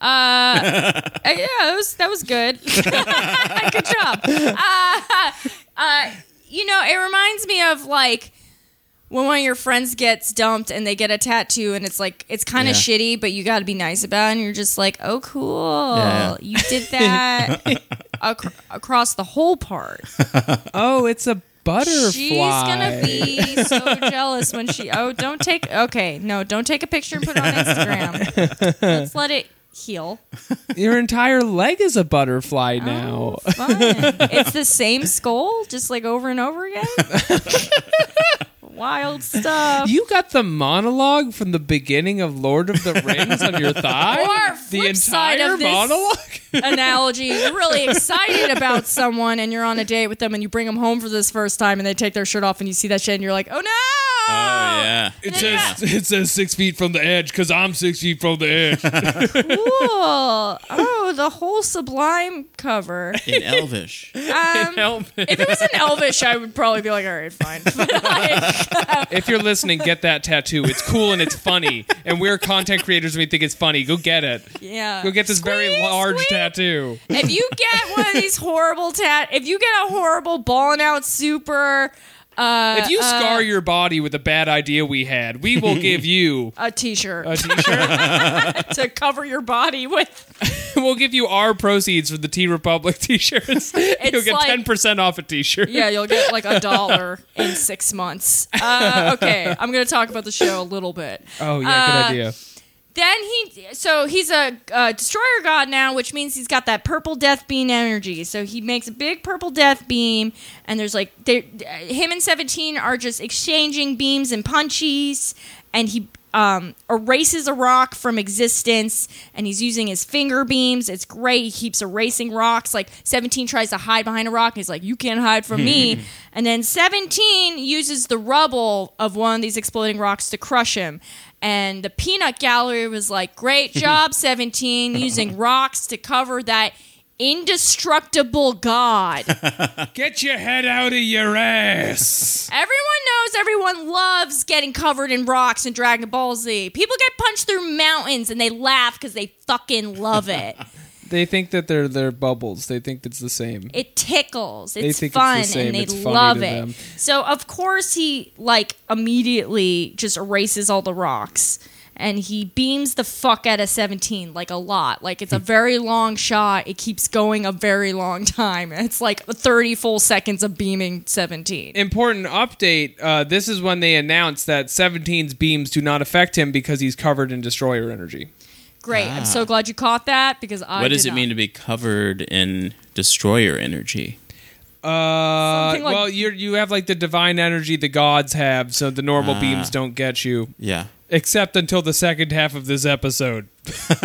[SPEAKER 2] uh, uh, yeah, that was that was good. good job. Uh, uh, you know, it reminds me of like when one of your friends gets dumped and they get a tattoo, and it's like it's kind of
[SPEAKER 3] Yeah.
[SPEAKER 2] shitty, but you got to be nice about, it, and you're just like, oh, cool,
[SPEAKER 3] Yeah.
[SPEAKER 2] you did that ac- across the whole part.
[SPEAKER 1] Oh, it's a butterfly.
[SPEAKER 2] She's gonna be so jealous when she. Oh, don't take. Okay, no, don't take a picture and put it on Instagram. Let's let it heal.
[SPEAKER 1] Your entire leg is a butterfly
[SPEAKER 2] Oh,
[SPEAKER 1] now.
[SPEAKER 2] Fun. It's the same skull, just like over and over again. Wild stuff.
[SPEAKER 1] You got the monologue from the beginning of Lord of the Rings on your thigh.
[SPEAKER 2] Or
[SPEAKER 1] the entire
[SPEAKER 2] flip side of this-
[SPEAKER 1] monologue.
[SPEAKER 2] analogy. You're really excited about someone and you're on a date with them and you bring them home for this first time and they take their shirt off and you see that shit and you're like, oh no!
[SPEAKER 3] Oh, yeah.
[SPEAKER 1] It
[SPEAKER 2] Yeah.
[SPEAKER 1] says it says six feet from the edge because I'm six feet from the edge.
[SPEAKER 2] Cool. Oh, the whole Sublime cover.
[SPEAKER 3] In Elvish.
[SPEAKER 2] Um,
[SPEAKER 1] Help me.
[SPEAKER 2] if it was an Elvish, I would probably be like, all right, fine. But like,
[SPEAKER 1] If you're listening, get that tattoo. It's cool and it's funny. And we're content creators. and We think it's funny. Go get it.
[SPEAKER 2] yeah.
[SPEAKER 1] Go get this very
[SPEAKER 2] Squeeze,
[SPEAKER 1] large
[SPEAKER 2] squeeze. Uh,
[SPEAKER 1] tattoo.
[SPEAKER 2] If you get one of these horrible tat, if you get a horrible balling out super, uh,
[SPEAKER 1] If you
[SPEAKER 2] uh,
[SPEAKER 1] scar your body with a bad idea we had, we will give you
[SPEAKER 2] a t-shirt
[SPEAKER 1] a t-shirt. Uh,
[SPEAKER 2] to cover your body with.
[SPEAKER 1] we'll give you our proceeds for the T Republic t-shirts. You'll get
[SPEAKER 2] like-
[SPEAKER 1] ten percent off a t-shirt.
[SPEAKER 2] Yeah, you'll get like a dollar in six months. Uh, okay, I'm gonna talk about the show a little bit.
[SPEAKER 1] Oh yeah, good
[SPEAKER 2] Uh,
[SPEAKER 1] idea.
[SPEAKER 2] Then he, so he's a, uh destroyer god now, which means he's got that purple death beam energy. So he makes a big purple death beam, and there's like they, him and Seventeen are just exchanging beams and punchies, and he um, erases a rock from existence, and he's using his finger beams. It's great. He keeps erasing rocks. Like Seventeen tries to hide behind a rock, and he's like, "You can't hide from me." And then Seventeen uses the rubble of one of these exploding rocks to crush him. And the peanut gallery was like, great job, 17, using rocks to cover that indestructible god.
[SPEAKER 1] Get your head out of your ass.
[SPEAKER 2] everyone knows everyone loves getting covered in rocks in Dragon Ball Z. People get punched through mountains and they laugh because they fucking love it.
[SPEAKER 1] They think that they're they're bubbles. They think it's the same.
[SPEAKER 2] It tickles. It's
[SPEAKER 1] think it's the
[SPEAKER 2] fun
[SPEAKER 1] same.
[SPEAKER 2] and they
[SPEAKER 1] It's funny to
[SPEAKER 2] love it.
[SPEAKER 1] them.
[SPEAKER 2] So of course he like immediately just erases all the rocks and he beams the fuck out of 17 like a lot. Like it's a
[SPEAKER 1] Hmm.
[SPEAKER 2] very long shot. It keeps going a very long time. It's like 30 full seconds of beaming 17.
[SPEAKER 1] Important update. Uh, this is when they announced that 17's beams do not affect him because he's covered in destroyer energy.
[SPEAKER 2] Great. I'm so glad you caught that because I
[SPEAKER 3] Ah. What does
[SPEAKER 2] did
[SPEAKER 3] it
[SPEAKER 2] not.
[SPEAKER 3] mean to be covered in destroyer energy?
[SPEAKER 1] Uh,
[SPEAKER 2] Something like-
[SPEAKER 1] well, you you have like the divine energy the gods have, so the normal beams don't get you,
[SPEAKER 3] Yeah.
[SPEAKER 1] except until the second half of this episode,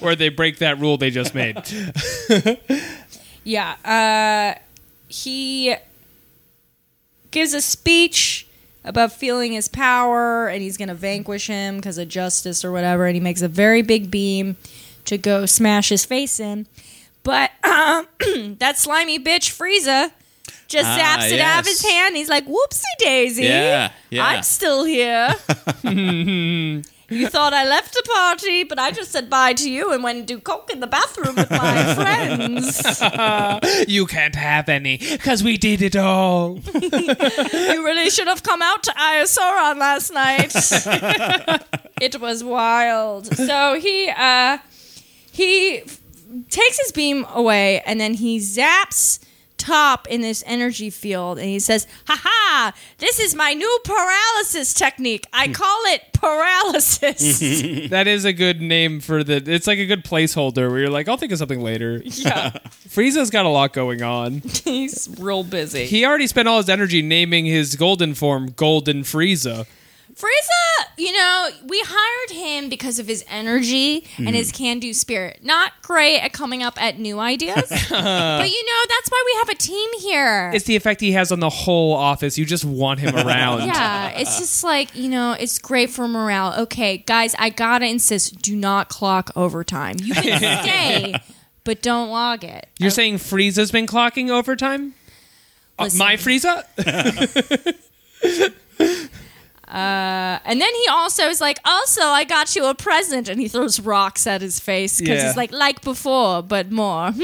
[SPEAKER 1] where they break that rule they just made.
[SPEAKER 2] Yeah. Uh, he gives a speech about feeling his power and he's going to vanquish him because of justice or whatever. And he makes a very big beam to go smash his face in. But um, that slimy bitch, Frieza, just
[SPEAKER 3] Ah,
[SPEAKER 2] zaps it out of
[SPEAKER 3] yes.
[SPEAKER 2] his hand. He's like, whoopsie daisy.
[SPEAKER 3] Yeah, yeah.
[SPEAKER 2] I'm still here. you thought I left the party, but I just said bye to you and went and do coke in the bathroom with my friends.
[SPEAKER 1] you can't have any because we did it all.
[SPEAKER 2] You really should have come out to Iosauron last night. it was wild. So he uh he f- takes his beam away and then he zaps top in this energy field and he says, "Haha, this is my new paralysis technique. I call it paralysis."
[SPEAKER 1] that is a good name for the. It's like a good placeholder where you're like, I'll think of something later.
[SPEAKER 2] yeah.
[SPEAKER 1] Frieza's got a lot going on.
[SPEAKER 2] He's real busy.
[SPEAKER 1] He already spent all his energy naming his golden form Golden Frieza.
[SPEAKER 2] Frieza, you know, we hired him because of his energy and his can-do spirit. Not great at coming up at new ideas, but you know that's why we have a team here.
[SPEAKER 1] It's the effect he has on the whole office. You just want him around.
[SPEAKER 2] yeah, it's just like you know, it's great for morale. Okay, guys, I gotta insist: do not clock overtime. You can stay, but don't log it.
[SPEAKER 1] You're saying Frieza's been clocking overtime? Uh,
[SPEAKER 2] Listen.
[SPEAKER 1] my Frieza?
[SPEAKER 2] Uh, And then he also is like, also, I got you a present. And he throws rocks at his face because
[SPEAKER 1] Yeah.
[SPEAKER 2] he's like, like before, but more.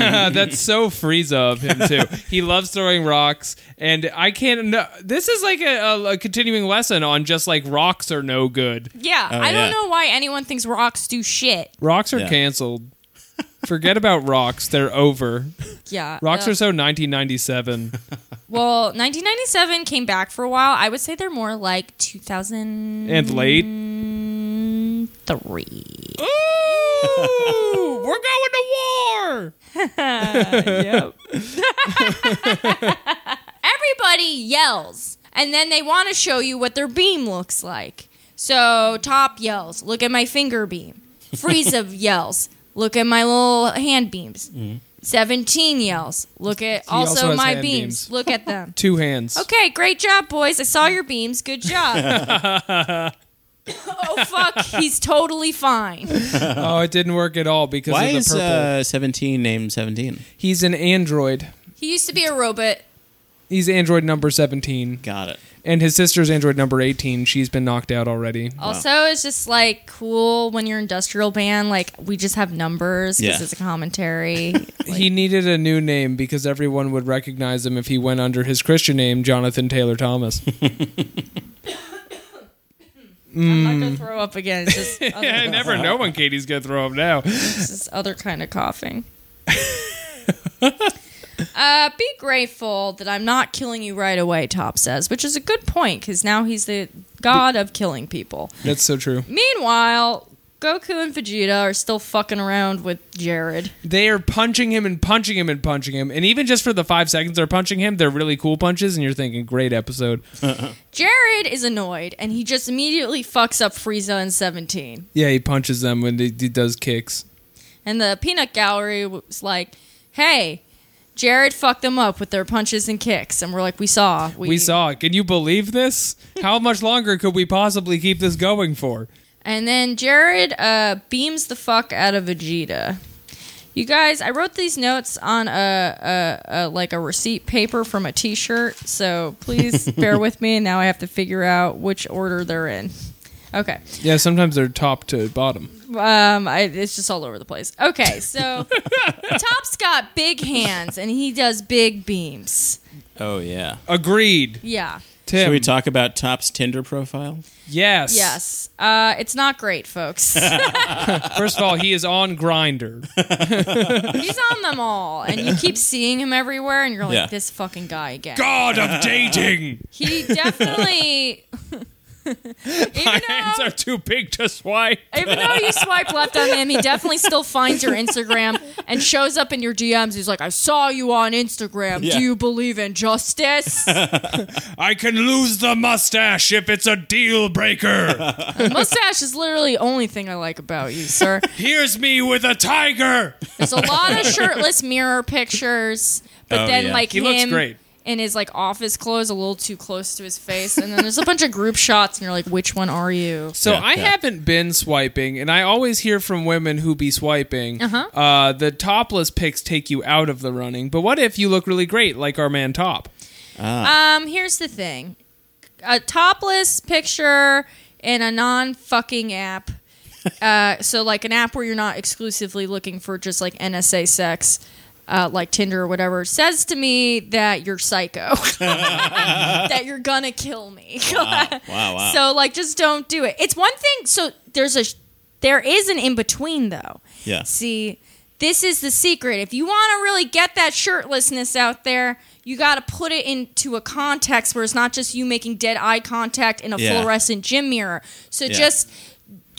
[SPEAKER 1] Uh, that's so Frieza of him too. he loves throwing rocks, and I can't. No, this is like a, a, a continuing lesson on just like rocks are no good.
[SPEAKER 2] Yeah,
[SPEAKER 3] Oh,
[SPEAKER 2] I don't
[SPEAKER 3] yeah.
[SPEAKER 2] know why anyone thinks rocks do shit.
[SPEAKER 1] Rocks are
[SPEAKER 3] Yeah.
[SPEAKER 1] canceled. Forget about rocks; they're over.
[SPEAKER 2] Yeah,
[SPEAKER 1] Rocks
[SPEAKER 2] uh,
[SPEAKER 1] are so 1997.
[SPEAKER 2] Well, 1997 came back for a while. I would say they're more like 2003.
[SPEAKER 1] and late.
[SPEAKER 2] Mm.
[SPEAKER 1] Ooh, we're going to war.
[SPEAKER 5] yep.
[SPEAKER 2] Everybody yells, and then they want to show you what their beam looks like. So Top yells, "Look at my finger beam." Frieza yells, "Look at my little hand beams." Seventeen yells, "Look at
[SPEAKER 1] Mm-hmm. also
[SPEAKER 2] also,
[SPEAKER 1] has
[SPEAKER 2] my
[SPEAKER 1] hand
[SPEAKER 2] beams.
[SPEAKER 1] beams.
[SPEAKER 2] Look at them."
[SPEAKER 1] Two hands.
[SPEAKER 2] Okay, great job, boys. I saw your beams. Good job. oh fuck, he's totally fine.
[SPEAKER 1] Oh, it didn't work at all because
[SPEAKER 3] Why
[SPEAKER 1] of the
[SPEAKER 3] is
[SPEAKER 1] purple.
[SPEAKER 3] uh, 17 named 17?
[SPEAKER 1] He's an android.
[SPEAKER 2] He used to be a robot.
[SPEAKER 1] He's android number 17.
[SPEAKER 3] Got it.
[SPEAKER 1] And his sister's android number 18. She's been knocked out already.
[SPEAKER 2] Also, it's just like cool when you're industrial band. Like we just have numbers because
[SPEAKER 3] Yeah.
[SPEAKER 2] it's a commentary.
[SPEAKER 1] he needed a new name because everyone would recognize him if he went under his Christian name, Jonathan Taylor Thomas.
[SPEAKER 5] I'm
[SPEAKER 2] I throw up again. It's just other,
[SPEAKER 1] I never know when Katie's going to throw up now.
[SPEAKER 2] it's just other kind of coughing. uh, be grateful that I'm not killing you right away. Top says, which is a good point because now he's the god of killing people.
[SPEAKER 1] That's so true.
[SPEAKER 2] Meanwhile, Goku and Vegeta are still fucking around with Jared.
[SPEAKER 1] They are punching him and punching him and punching him. And even just for the five seconds they're punching him, they're really cool punches. And you're thinking, great episode.
[SPEAKER 2] Jared is annoyed and he just immediately fucks up Frieza and Seventeen.
[SPEAKER 1] Yeah, he punches them when he, he does kicks.
[SPEAKER 2] And the peanut gallery was like, hey, Jared fucked them up with their punches and kicks. And we're like, we saw.
[SPEAKER 1] We saw it. Can you believe this? How much longer could we possibly keep this going for?
[SPEAKER 2] And then Jared uh, beams the fuck out of Vegeta. You guys, I wrote these notes on a, a, a like a receipt paper from a T-shirt, so please bear with me. Now I have to figure out which order they're in. Okay,
[SPEAKER 1] Yeah, sometimes they're top to bottom.
[SPEAKER 2] um, I, it's just all over the place. Okay, so Top's got big hands and he does big beams.
[SPEAKER 3] Oh, yeah.
[SPEAKER 1] Agreed.
[SPEAKER 2] Yeah.
[SPEAKER 1] Tim.
[SPEAKER 3] Should we talk about Top's Tinder profile?
[SPEAKER 1] yes.
[SPEAKER 2] Yes. Uh, it's not great, folks.
[SPEAKER 1] First of all, he is on grinder.
[SPEAKER 2] He's on them all, and you keep seeing him everywhere, and you're like,
[SPEAKER 3] Yeah.
[SPEAKER 2] this fucking guy again.
[SPEAKER 1] God of dating.
[SPEAKER 2] He definitely. even,
[SPEAKER 1] My hands
[SPEAKER 2] though,
[SPEAKER 1] are too big to swipe.
[SPEAKER 2] even though you swipe left on him, he definitely still finds your Instagram and shows up in your DMs. He's like, I saw you on Instagram.
[SPEAKER 3] Yeah.
[SPEAKER 2] Do you believe in justice?
[SPEAKER 1] I can lose the mustache if it's a deal breaker.
[SPEAKER 2] Mustache is literally the only thing I like about you, sir.
[SPEAKER 1] Here's me with a tiger.
[SPEAKER 2] There's a lot of shirtless mirror pictures, but
[SPEAKER 3] Oh,
[SPEAKER 2] then
[SPEAKER 3] yeah.
[SPEAKER 2] like
[SPEAKER 1] He
[SPEAKER 2] him
[SPEAKER 1] looks great.
[SPEAKER 2] in his like office clothes a little too close to his face, and then there's a bunch of group shots, and you're like, which one are you?
[SPEAKER 1] So
[SPEAKER 3] Yeah,
[SPEAKER 1] I
[SPEAKER 3] yeah.
[SPEAKER 1] haven't been swiping, and I always hear from women who be swiping.
[SPEAKER 2] Uh-huh.
[SPEAKER 1] Uh, the topless pics take you out of the running. But what if you look really great, like our man Top?
[SPEAKER 2] Um, here's the thing: a topless picture in a non-fucking app. Uh, so like an app where you're not exclusively looking for just like NSA sex. Uh, like Tinder or whatever says to me that you're psycho, that you're gonna kill me.
[SPEAKER 3] Wow, wow.
[SPEAKER 2] So like just don't do it. It's one thing so there's a there is an in between though.
[SPEAKER 3] yeah.
[SPEAKER 2] See, this is the secret. If you want to really get that shirtlessness out there, you got to put it into a context where it's not just you making dead eye contact in a
[SPEAKER 3] Yeah.
[SPEAKER 2] fluorescent gym mirror. So
[SPEAKER 3] Yeah.
[SPEAKER 2] just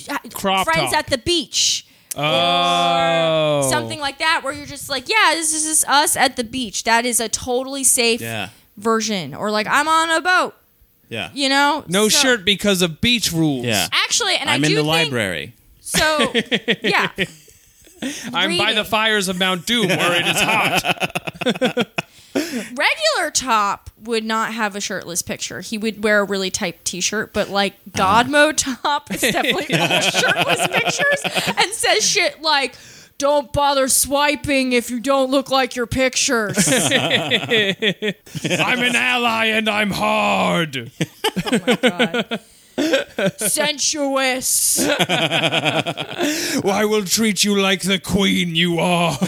[SPEAKER 2] uh,
[SPEAKER 1] Crop
[SPEAKER 2] friends
[SPEAKER 1] top.
[SPEAKER 2] at the beach.
[SPEAKER 1] Oh.
[SPEAKER 2] Or something like that, where you're just like, yeah, this is just us at the beach. That is a totally safe
[SPEAKER 3] Yeah.
[SPEAKER 2] version. Or like, I'm on a boat,
[SPEAKER 3] Yeah.
[SPEAKER 2] you know?
[SPEAKER 1] No
[SPEAKER 2] So-
[SPEAKER 1] shirt because of beach rules.
[SPEAKER 3] Yeah.
[SPEAKER 2] Actually, and I
[SPEAKER 3] I'm in
[SPEAKER 2] do
[SPEAKER 3] the
[SPEAKER 2] think,
[SPEAKER 3] library.
[SPEAKER 2] So, yeah,
[SPEAKER 1] I'm by the
[SPEAKER 2] Reading.
[SPEAKER 1] fires of Mount Doom where it is hot.
[SPEAKER 2] regular top would not have a shirtless picture. He would wear a really tight T-shirt, but like God mode top is definitely all shirtless pictures and says shit like. Don't bother swiping if you don't look like your pictures. Oh
[SPEAKER 1] I'm an ally and I'm hard.
[SPEAKER 2] my God. Sensuous.
[SPEAKER 1] I will treat you like the queen you are.
[SPEAKER 2] Oh,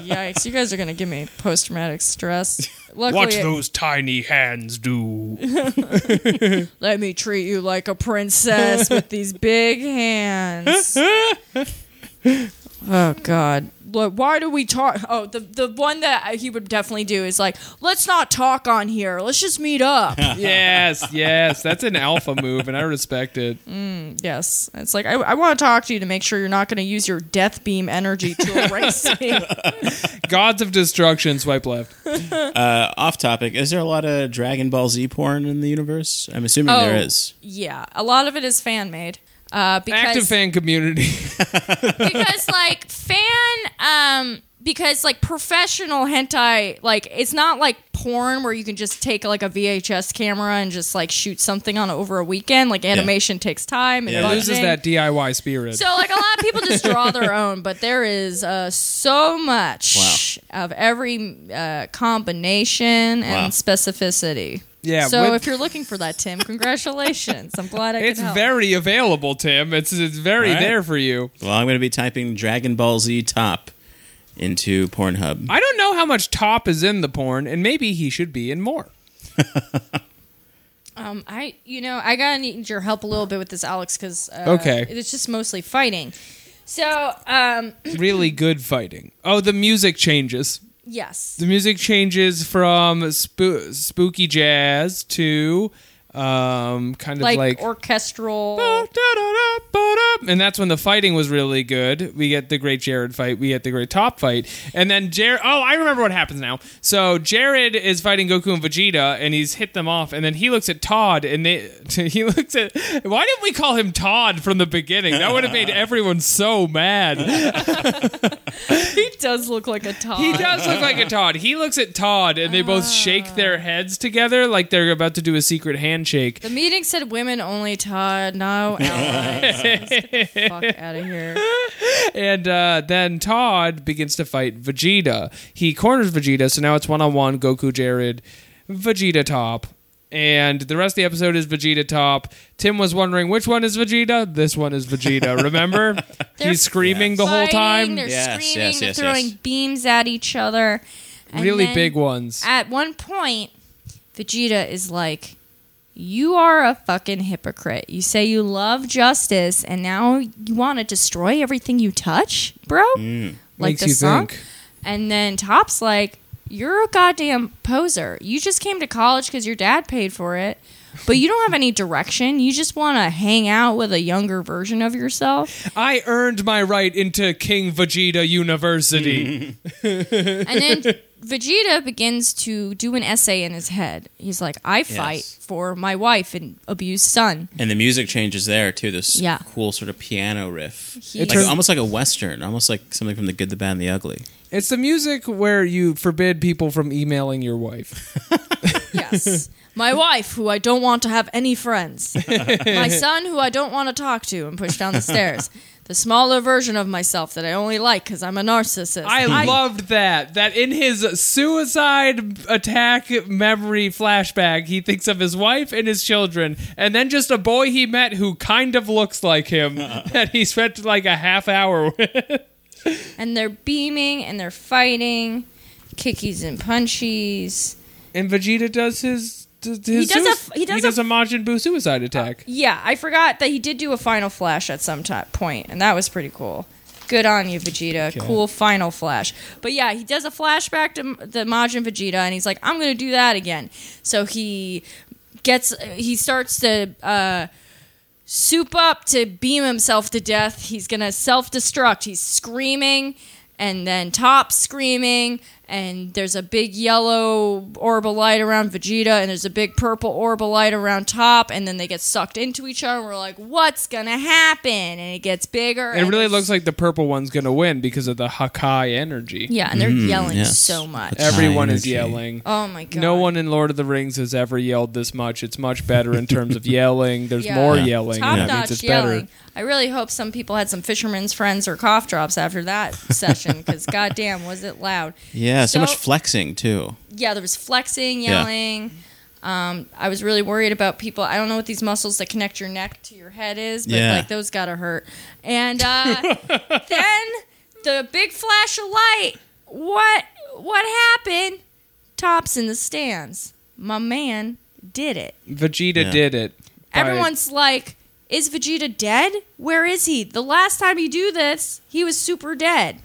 [SPEAKER 2] yikes. You guys are going to give me post traumatic stress. Luckily,
[SPEAKER 1] Watch those tiny hands do.
[SPEAKER 2] let me treat you like a princess with these big hands. oh God.
[SPEAKER 6] "Look, why do we talk? Oh, the the one that he would definitely do is like, let's not talk on here. Let's just meet up.
[SPEAKER 1] yes, yes. That's an alpha move, and I respect it.
[SPEAKER 2] Mm.
[SPEAKER 6] yes, it's like I, I want to talk to you to make sure you're not going to use your death beam energy to erase me.
[SPEAKER 1] Gods of Destruction, swipe left.
[SPEAKER 3] Off topic. Is there a lot of Dragon Ball Z porn in the universe? I'm assuming
[SPEAKER 2] Oh.
[SPEAKER 3] there is.
[SPEAKER 6] yeah, a lot of it is fan made. Uh, because
[SPEAKER 1] Active fan community.
[SPEAKER 2] because like fan um because like professional hentai like it's not like porn where you can just take like a VHS camera and just like shoot something on over a weekend like animation takes time and
[SPEAKER 3] Yeah.
[SPEAKER 1] It loses
[SPEAKER 2] budgeting.
[SPEAKER 1] that DIY spirit.
[SPEAKER 2] so like a lot of people just draw their own but there is uh so much of every uh combination and
[SPEAKER 3] Wow.
[SPEAKER 2] specificity
[SPEAKER 1] Yeah,
[SPEAKER 2] so
[SPEAKER 1] with-
[SPEAKER 2] if you're looking for that Tim congratulations I'm glad I
[SPEAKER 1] it's
[SPEAKER 2] could help
[SPEAKER 1] very available, Tim. It's it's very
[SPEAKER 3] Right.
[SPEAKER 1] there for you.
[SPEAKER 3] Well, I'm going to be typing Dragon Ball Z top into Pornhub.
[SPEAKER 1] I don't know how much top is in the porn, and maybe he should be in more.
[SPEAKER 2] Um, I, you know, I gotta need your help a little bit with this, Alex, because uh,
[SPEAKER 1] Okay.
[SPEAKER 2] it's just mostly fighting. So, um,
[SPEAKER 1] Really good fighting. Oh, the music changes.
[SPEAKER 2] yes,
[SPEAKER 1] The music changes from spoo- spooky jazz to um, kind of
[SPEAKER 2] like,
[SPEAKER 1] like,
[SPEAKER 2] orchestral.
[SPEAKER 1] and that's when the fighting was really good. We get the great Jared fight. We get the great top fight. And then Jared. Oh, I remember what happens now. So Jared is fighting Goku and Vegeta, and he's hit them off. And then he looks at Todd, and they, he looks at. Why didn't we call him Todd from the beginning? That would have made everyone so mad.
[SPEAKER 6] he does look like a top.
[SPEAKER 1] He does look like a Todd. He looks at Todd, and they both shake their heads together like they're about to do a secret handshake.
[SPEAKER 2] The meeting said women only, Todd. No, allies. Let's get the fuck out of here.
[SPEAKER 1] And uh, then Todd begins to fight Vegeta. He corners Vegeta, so now it's one on one Goku, Jared, Vegeta top. And the rest of the episode is Vegeta top. Tim was wondering which one is Vegeta? This one is Vegeta, remember? He's screaming the whole
[SPEAKER 2] Fighting,
[SPEAKER 1] time.
[SPEAKER 2] They're
[SPEAKER 3] Yes,
[SPEAKER 2] screaming.
[SPEAKER 3] yes,
[SPEAKER 2] they're
[SPEAKER 3] yes,
[SPEAKER 2] throwing
[SPEAKER 3] yes.
[SPEAKER 2] beams at each other. And
[SPEAKER 1] Really
[SPEAKER 2] then
[SPEAKER 1] big ones.
[SPEAKER 2] At one point, Vegeta is like, You are a fucking hypocrite. You say you love justice and now you want to destroy everything you touch, bro? Like
[SPEAKER 1] Makes
[SPEAKER 2] the
[SPEAKER 1] you
[SPEAKER 2] song.
[SPEAKER 1] think.
[SPEAKER 2] And then Top's like, You're a goddamn poser. You just came to college because your dad paid for it. But you don't have any direction. You just want to hang out with a younger version of yourself.
[SPEAKER 1] I earned my right into King Vegeta University.
[SPEAKER 2] And then Vegeta begins to do an essay in his head. He's like, I fight
[SPEAKER 3] Yes.
[SPEAKER 2] for my wife and abused son.
[SPEAKER 3] And the music changes there too. This
[SPEAKER 2] Yeah.
[SPEAKER 3] cool sort of piano riff,
[SPEAKER 2] It
[SPEAKER 3] like,
[SPEAKER 2] turns-
[SPEAKER 3] almost like a western, almost like something from The Good, the Bad, and the Ugly.
[SPEAKER 1] it's the music where you forbid people from emailing your wife.
[SPEAKER 6] Yes. My wife, who I don't want to have any friends. My son, who I don't want to talk to and push down the stairs. The smaller version of myself that I only like because I'm a narcissist.
[SPEAKER 1] I loved that. That in his suicide attack memory flashback, he thinks of his wife and his children, and then just a boy he met who kind of looks like him that he spent like a half hour with.
[SPEAKER 2] and they're beaming and they're fighting, kickies and punchies.
[SPEAKER 1] And Vegeta does his. d- d- his
[SPEAKER 2] He does a-
[SPEAKER 1] suic-
[SPEAKER 2] he does a-
[SPEAKER 1] Majin Buu suicide attack.
[SPEAKER 2] Yeah, I forgot that he did do a final flash at some ti- point, and that was pretty cool. Good on you, Vegeta. Cool final flash. But yeah, he does a flashback to M- the Majin Vegeta, and he's like, "I'm gonna do that again." So he gets, he starts to uh, soup up to beam himself to death. He's gonna self destruct. He's screaming, and then Top screaming, and there's a big yellow orbital light around Vegeta, and there's a big purple orbital light around Top, and then they get sucked into each other. And we're like, what's gonna happen? And it gets bigger.
[SPEAKER 1] It
[SPEAKER 2] and
[SPEAKER 1] really
[SPEAKER 2] it's-
[SPEAKER 1] looks like the purple one's going to win because of the Hakai energy.
[SPEAKER 2] Yeah, and they're yelling
[SPEAKER 3] Mm, yes.
[SPEAKER 2] so much.
[SPEAKER 3] That's-
[SPEAKER 1] Everyone is
[SPEAKER 3] Energy.
[SPEAKER 1] yelling.
[SPEAKER 2] Oh my god.
[SPEAKER 1] No one in Lord of the Rings has ever yelled this much. It's much better in terms of yelling. There's
[SPEAKER 2] Yeah.
[SPEAKER 1] more
[SPEAKER 2] Yeah.
[SPEAKER 1] yelling.
[SPEAKER 2] Top
[SPEAKER 1] and that means
[SPEAKER 2] notch
[SPEAKER 1] it's
[SPEAKER 2] yelling.
[SPEAKER 1] better.
[SPEAKER 2] I really hope some people had some fisherman's friends or cough drops after that session because goddamn, was it loud.
[SPEAKER 3] Yeah, so,
[SPEAKER 2] So-
[SPEAKER 3] much flexing too.
[SPEAKER 2] yeah, there was flexing,
[SPEAKER 3] Yeah.
[SPEAKER 2] yelling. Um, I was really worried about people. I don't know what these muscles that connect your neck to your head is, but
[SPEAKER 3] Yeah.
[SPEAKER 2] like those gotta hurt. And uh, then the big flash of light. What what happened? Tops in the stands. My man did it.
[SPEAKER 1] Vegeta
[SPEAKER 3] Yeah.
[SPEAKER 1] did it. by-
[SPEAKER 2] Everyone's like, is Vegeta dead? Where is he? The last time you do this, he was super dead.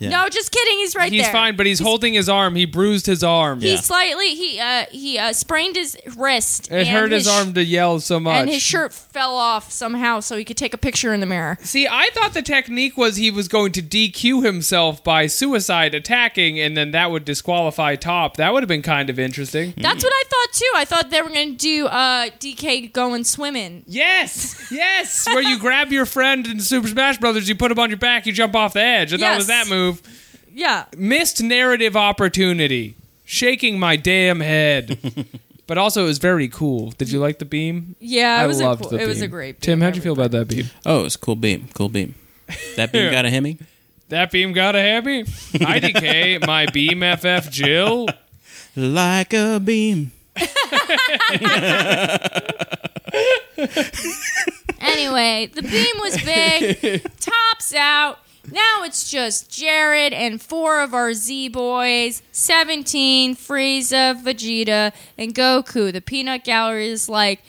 [SPEAKER 3] Yeah.
[SPEAKER 2] No, just kidding. He's right
[SPEAKER 1] he's
[SPEAKER 2] there.
[SPEAKER 1] fine, but he's, holding his arm. He bruised his arm.
[SPEAKER 2] He
[SPEAKER 3] Yeah.
[SPEAKER 2] slightly he uh he uh sprained his wrist.
[SPEAKER 1] It
[SPEAKER 2] and
[SPEAKER 1] hurt his,
[SPEAKER 2] sh-
[SPEAKER 1] arm to yell so much.
[SPEAKER 2] and his shirt fell off somehow, so he could take a picture in the mirror.
[SPEAKER 1] See, I thought the technique was he was going to DQ himself by suicide attacking, and then that would disqualify Top. That would have been kind of interesting.
[SPEAKER 2] That's what I thought too. I thought they were gonna do uh DK going swimming.
[SPEAKER 1] Yes, yes, where you grab your friend in Super Smash Brothers, you put him on your back, you jump off the edge. I thought it was
[SPEAKER 2] Yes.
[SPEAKER 1] that move.
[SPEAKER 2] Yeah,
[SPEAKER 1] Missed narrative opportunity. Shaking my damn head. but also, it was very cool. Did you like the beam?
[SPEAKER 2] yeah. It
[SPEAKER 1] I
[SPEAKER 2] was
[SPEAKER 1] loved
[SPEAKER 2] a cool,
[SPEAKER 1] the
[SPEAKER 2] it was
[SPEAKER 1] beam.
[SPEAKER 2] a great.
[SPEAKER 1] Tim,
[SPEAKER 2] beam,
[SPEAKER 1] how'd you feel about that beam?
[SPEAKER 3] Oh, it's cool beam. Cool beam. That beam got a Hemi?
[SPEAKER 1] That beam got a happy. IDK, my beam FF Jill.
[SPEAKER 3] Like a beam.
[SPEAKER 2] Anyway, the beam was big. tops out. Now it's just Jared and four of our Z boys, 17, Frieza, Vegeta, and Goku. The peanut gallery is like,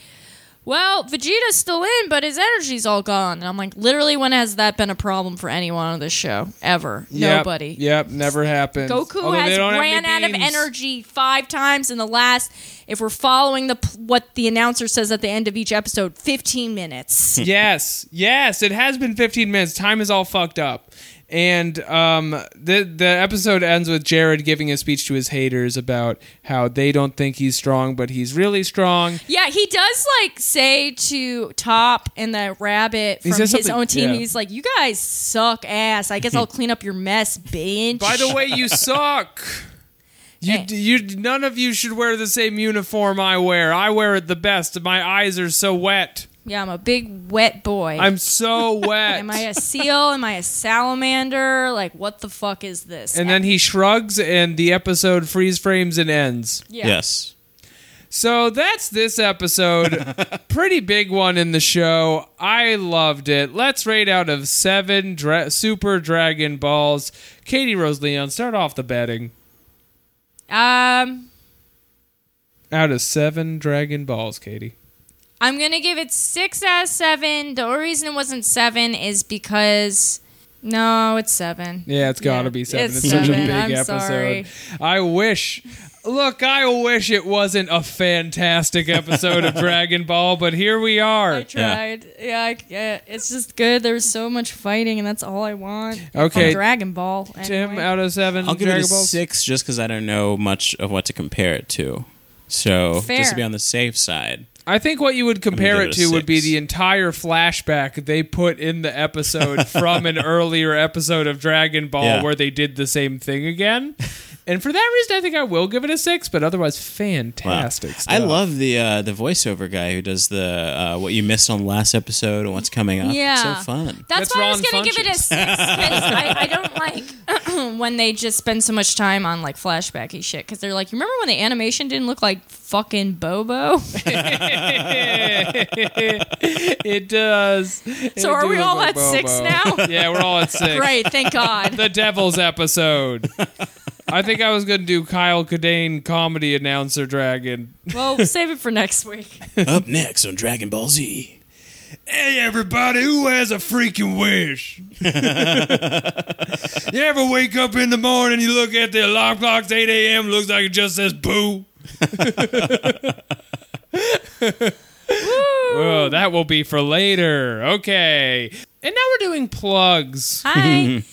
[SPEAKER 2] well, Vegeta's still in, but his energy's all gone. And I'm like, literally, when has that been a problem for anyone on this show? Ever. Nobody.
[SPEAKER 1] Yep, never happened.
[SPEAKER 2] Goku has ran out of energy five times in the last, if we're following the p- what the announcer says at the end of each episode, 15 minutes.
[SPEAKER 1] yes, yes, it has been 15 minutes. Time is all fucked up. And um, the the episode ends with Jared giving a speech to his haters about how they don't think he's strong, but he's really strong.
[SPEAKER 2] Yeah, he does like say to Top and the rabbit
[SPEAKER 1] He
[SPEAKER 2] from
[SPEAKER 1] says
[SPEAKER 2] his
[SPEAKER 1] something-
[SPEAKER 2] own team.
[SPEAKER 1] yeah.
[SPEAKER 2] He's like, "You guys suck ass. I guess I'll clean up your mess, bitch."
[SPEAKER 1] By the way, you suck. You,
[SPEAKER 2] Eh.
[SPEAKER 1] you none of you should wear the same uniform I wear. I wear it the best. My eyes are so wet.
[SPEAKER 2] yeah, I'm a big wet boy.
[SPEAKER 1] I'm so wet.
[SPEAKER 2] Am I a seal? Am I a salamander? Like, what the fuck is this?
[SPEAKER 1] and then he shrugs, and the episode freeze frames and ends.
[SPEAKER 2] yeah.
[SPEAKER 3] Yes.
[SPEAKER 1] So that's this episode. Pretty big one in the show. I loved it. Let's rate out of seven dra- Super Dragon Balls. Katie Rose Leon, start off the betting.
[SPEAKER 2] Um,
[SPEAKER 1] Out of seven Dragon Balls, Katie.
[SPEAKER 2] I'm gonna give it six out of seven. The only reason it wasn't seven is because no, it's seven.
[SPEAKER 1] Yeah, it's got to
[SPEAKER 2] Yeah,
[SPEAKER 1] be seven. It's,
[SPEAKER 2] it's
[SPEAKER 1] such a
[SPEAKER 2] seven.
[SPEAKER 1] big
[SPEAKER 2] I'm
[SPEAKER 1] episode.
[SPEAKER 2] sorry.
[SPEAKER 1] I wish. Look, I wish it wasn't a fantastic episode of Dragon Ball, but here we
[SPEAKER 2] I
[SPEAKER 1] are.
[SPEAKER 2] tried. Yeah, I, yeah, it's just good. There was so much fighting, and that's all I want.
[SPEAKER 1] Okay.
[SPEAKER 2] From Dragon Ball.
[SPEAKER 1] Tim,
[SPEAKER 2] anyway.
[SPEAKER 1] out of 7
[SPEAKER 3] I'll give
[SPEAKER 1] Dragon
[SPEAKER 3] it a
[SPEAKER 1] Balls.
[SPEAKER 3] six just because I don't know much of what to compare it to. So just
[SPEAKER 2] Fair.
[SPEAKER 3] to be on the safe side.
[SPEAKER 1] I think what you would compare
[SPEAKER 3] give
[SPEAKER 1] it
[SPEAKER 3] it
[SPEAKER 1] to
[SPEAKER 3] a
[SPEAKER 1] would be
[SPEAKER 3] six.
[SPEAKER 1] the entire flashback they put in the episode from an earlier episode of Dragon Ball
[SPEAKER 3] Yeah.
[SPEAKER 1] where they did the same thing again. And for that reason, I think I will give it a six, but otherwise,
[SPEAKER 3] Wow.
[SPEAKER 1] fantastic stuff.
[SPEAKER 3] I love the uh, the voiceover guy who does the uh, what you missed on the last episode and what's coming up.
[SPEAKER 2] Yeah.
[SPEAKER 3] so fun.
[SPEAKER 2] That's,
[SPEAKER 1] That's
[SPEAKER 2] why I was
[SPEAKER 1] Ron
[SPEAKER 2] going to give it a six. 'cause I, I don't like when they just spend so much time on like flashbacky shit. Because they're like, remember when the animation didn't look like fucking Bobo?
[SPEAKER 1] it does. It
[SPEAKER 2] So are
[SPEAKER 1] do
[SPEAKER 2] we
[SPEAKER 1] look
[SPEAKER 2] all
[SPEAKER 1] like
[SPEAKER 2] at six
[SPEAKER 1] Bobo.
[SPEAKER 2] now?
[SPEAKER 1] Yeah, we're all at six.
[SPEAKER 2] Great, thank God.
[SPEAKER 1] The Devil's episode. I think I was going to do Kyle Cadane comedy announcer dragon.
[SPEAKER 2] Well, save it for next week.
[SPEAKER 3] up next on Dragon Ball Z.
[SPEAKER 1] Hey, everybody, who has a freaking wish? you ever wake up in the morning, you look at the alarm clock, it's 8 a.m., looks like it just says boo? oh, that will be for later. Okay. And now we're doing plugs.
[SPEAKER 2] Hi.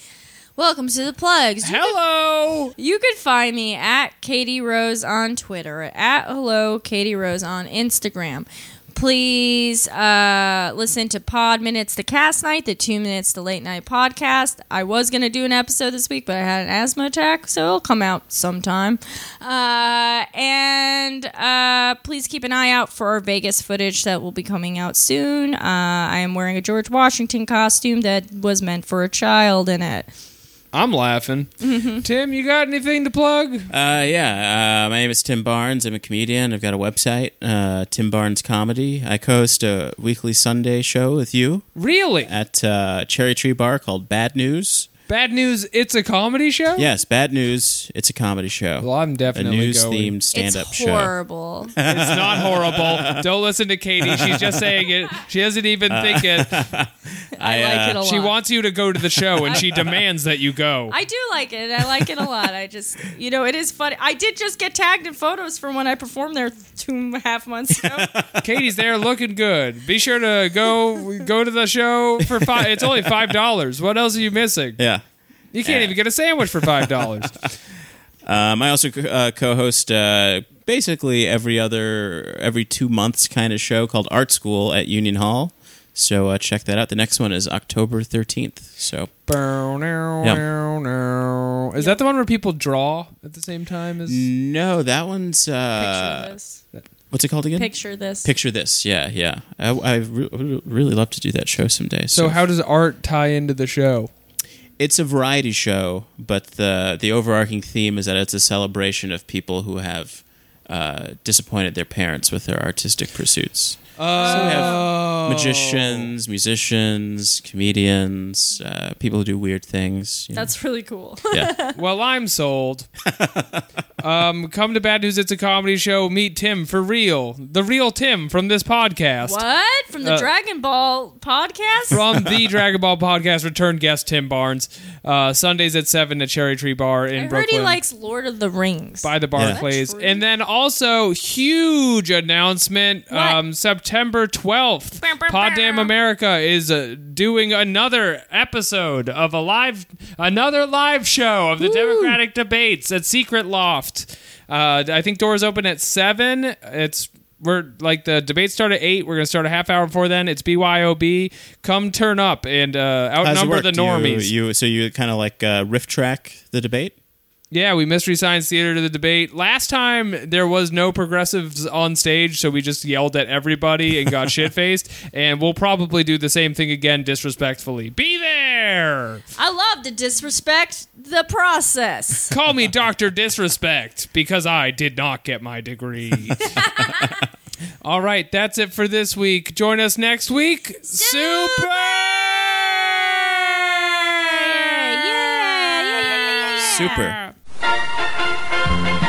[SPEAKER 2] Welcome to the plugs. You,
[SPEAKER 1] Hello.
[SPEAKER 2] you could find me at Katie Rose on Twitter, at Hello Katie Rose on Instagram. Please uh, listen to Pod Minutes to Cast Night, the Two Minutes to Late Night podcast. I was going to do an episode this week, but I had an asthma attack, so it'll come out sometime. Uh, and uh, please keep an eye out for our Vegas footage that will be coming out soon. Uh, I am wearing a George Washington costume that was meant for a child in it.
[SPEAKER 1] I'm laughing. Tim, you got anything to plug?
[SPEAKER 3] Uh, yeah, uh, my name is Tim Barnes. I'm a comedian. I've got a website, uh, Tim Barnes Comedy. I co-host a weekly Sunday show with you Uh,
[SPEAKER 1] Really?
[SPEAKER 3] at uh, Cherry Tree Bar called Bad News.
[SPEAKER 1] Bad news. It's a comedy show.
[SPEAKER 3] Yes, bad news. It's a comedy show.
[SPEAKER 1] Well, I'm
[SPEAKER 3] a
[SPEAKER 1] definitely
[SPEAKER 3] news
[SPEAKER 1] going.
[SPEAKER 3] themed stand up
[SPEAKER 4] it's
[SPEAKER 3] show.
[SPEAKER 4] horrible.
[SPEAKER 1] It's not horrible. Don't listen to Katie. She's just saying it. She doesn't even think it.
[SPEAKER 4] I
[SPEAKER 3] uh,
[SPEAKER 4] like it Uh. a lot.
[SPEAKER 1] uh, She wants you to go to the show, and she demands that you go.
[SPEAKER 2] I do like it. I like it a lot. I just, you know, it is funny. I did just get tagged in photos from when I performed there two and a half months ago.
[SPEAKER 1] Katie's there, looking good. Be sure to go go to the show for five. It's only five dollars. What else are you missing?
[SPEAKER 3] Yeah.
[SPEAKER 1] You can't even get a sandwich for five dollars.
[SPEAKER 3] Um, I also uh, co-host uh, basically every other every two months kind of show called Art School at Union Hall. So uh, check that out. The next one is October thirteenth. So
[SPEAKER 1] Is that the one where people draw at the same time as?
[SPEAKER 4] Mm.
[SPEAKER 3] no, that one's
[SPEAKER 2] Picture
[SPEAKER 3] uh,
[SPEAKER 2] this.
[SPEAKER 3] what's it called again?
[SPEAKER 2] Picture this.
[SPEAKER 3] Picture this. Yeah, yeah. I, I re- re- really love to do that show someday.
[SPEAKER 1] So how does art tie into the show?
[SPEAKER 3] it's a variety show, but the the overarching theme is that it's a celebration of people who have uh, disappointed their parents with their artistic pursuits. so we
[SPEAKER 1] Oh.
[SPEAKER 3] have magicians, musicians, comedians, uh, people who do weird things. you know.
[SPEAKER 2] That's really cool.
[SPEAKER 3] yeah.
[SPEAKER 1] Well, I'm sold. um, come to Bad News. It's a comedy show. Meet Tim for real. The real Tim from this podcast.
[SPEAKER 2] What? From the
[SPEAKER 1] Uh,
[SPEAKER 2] Dragon Ball podcast?
[SPEAKER 1] From the Dragon Ball podcast, return guest Tim Barnes. Uh, Sundays at 7 at Cherry Tree Bar in
[SPEAKER 2] I heard
[SPEAKER 1] Brooklyn.
[SPEAKER 2] he likes Lord of the Rings.
[SPEAKER 1] by the
[SPEAKER 3] Yeah.
[SPEAKER 1] Barclays.
[SPEAKER 2] That's free.
[SPEAKER 1] And then also huge announcement. Um, September twelfth,
[SPEAKER 2] Bow, bow,
[SPEAKER 1] Pod
[SPEAKER 2] bow.
[SPEAKER 1] Damn America is uh, doing another episode of a live, another live show of the Democratic debates at Secret Loft. Uh, I think doors open at seven. It's we're like the debates start at eight. We're gonna start a half hour before then. It's BYOB. Come turn up and uh,
[SPEAKER 3] How does it
[SPEAKER 1] outnumber
[SPEAKER 3] work?
[SPEAKER 1] the
[SPEAKER 3] Do you-
[SPEAKER 1] normies.
[SPEAKER 3] You, so you kind of like uh, riff track the debate.
[SPEAKER 1] Yeah, we mystery science theater to the debate. Last time there was no progressives on stage, so we just yelled at everybody and got shit faced. And we'll probably do the same thing again disrespectfully. Be there!
[SPEAKER 2] I love to disrespect the process.
[SPEAKER 1] Call me Dr. Disrespect because I did not get my degree. All right, that's it for this week. Join us next week. Super!
[SPEAKER 2] yeah, yeah, yeah, yeah, yeah.
[SPEAKER 3] Super.
[SPEAKER 2] Super.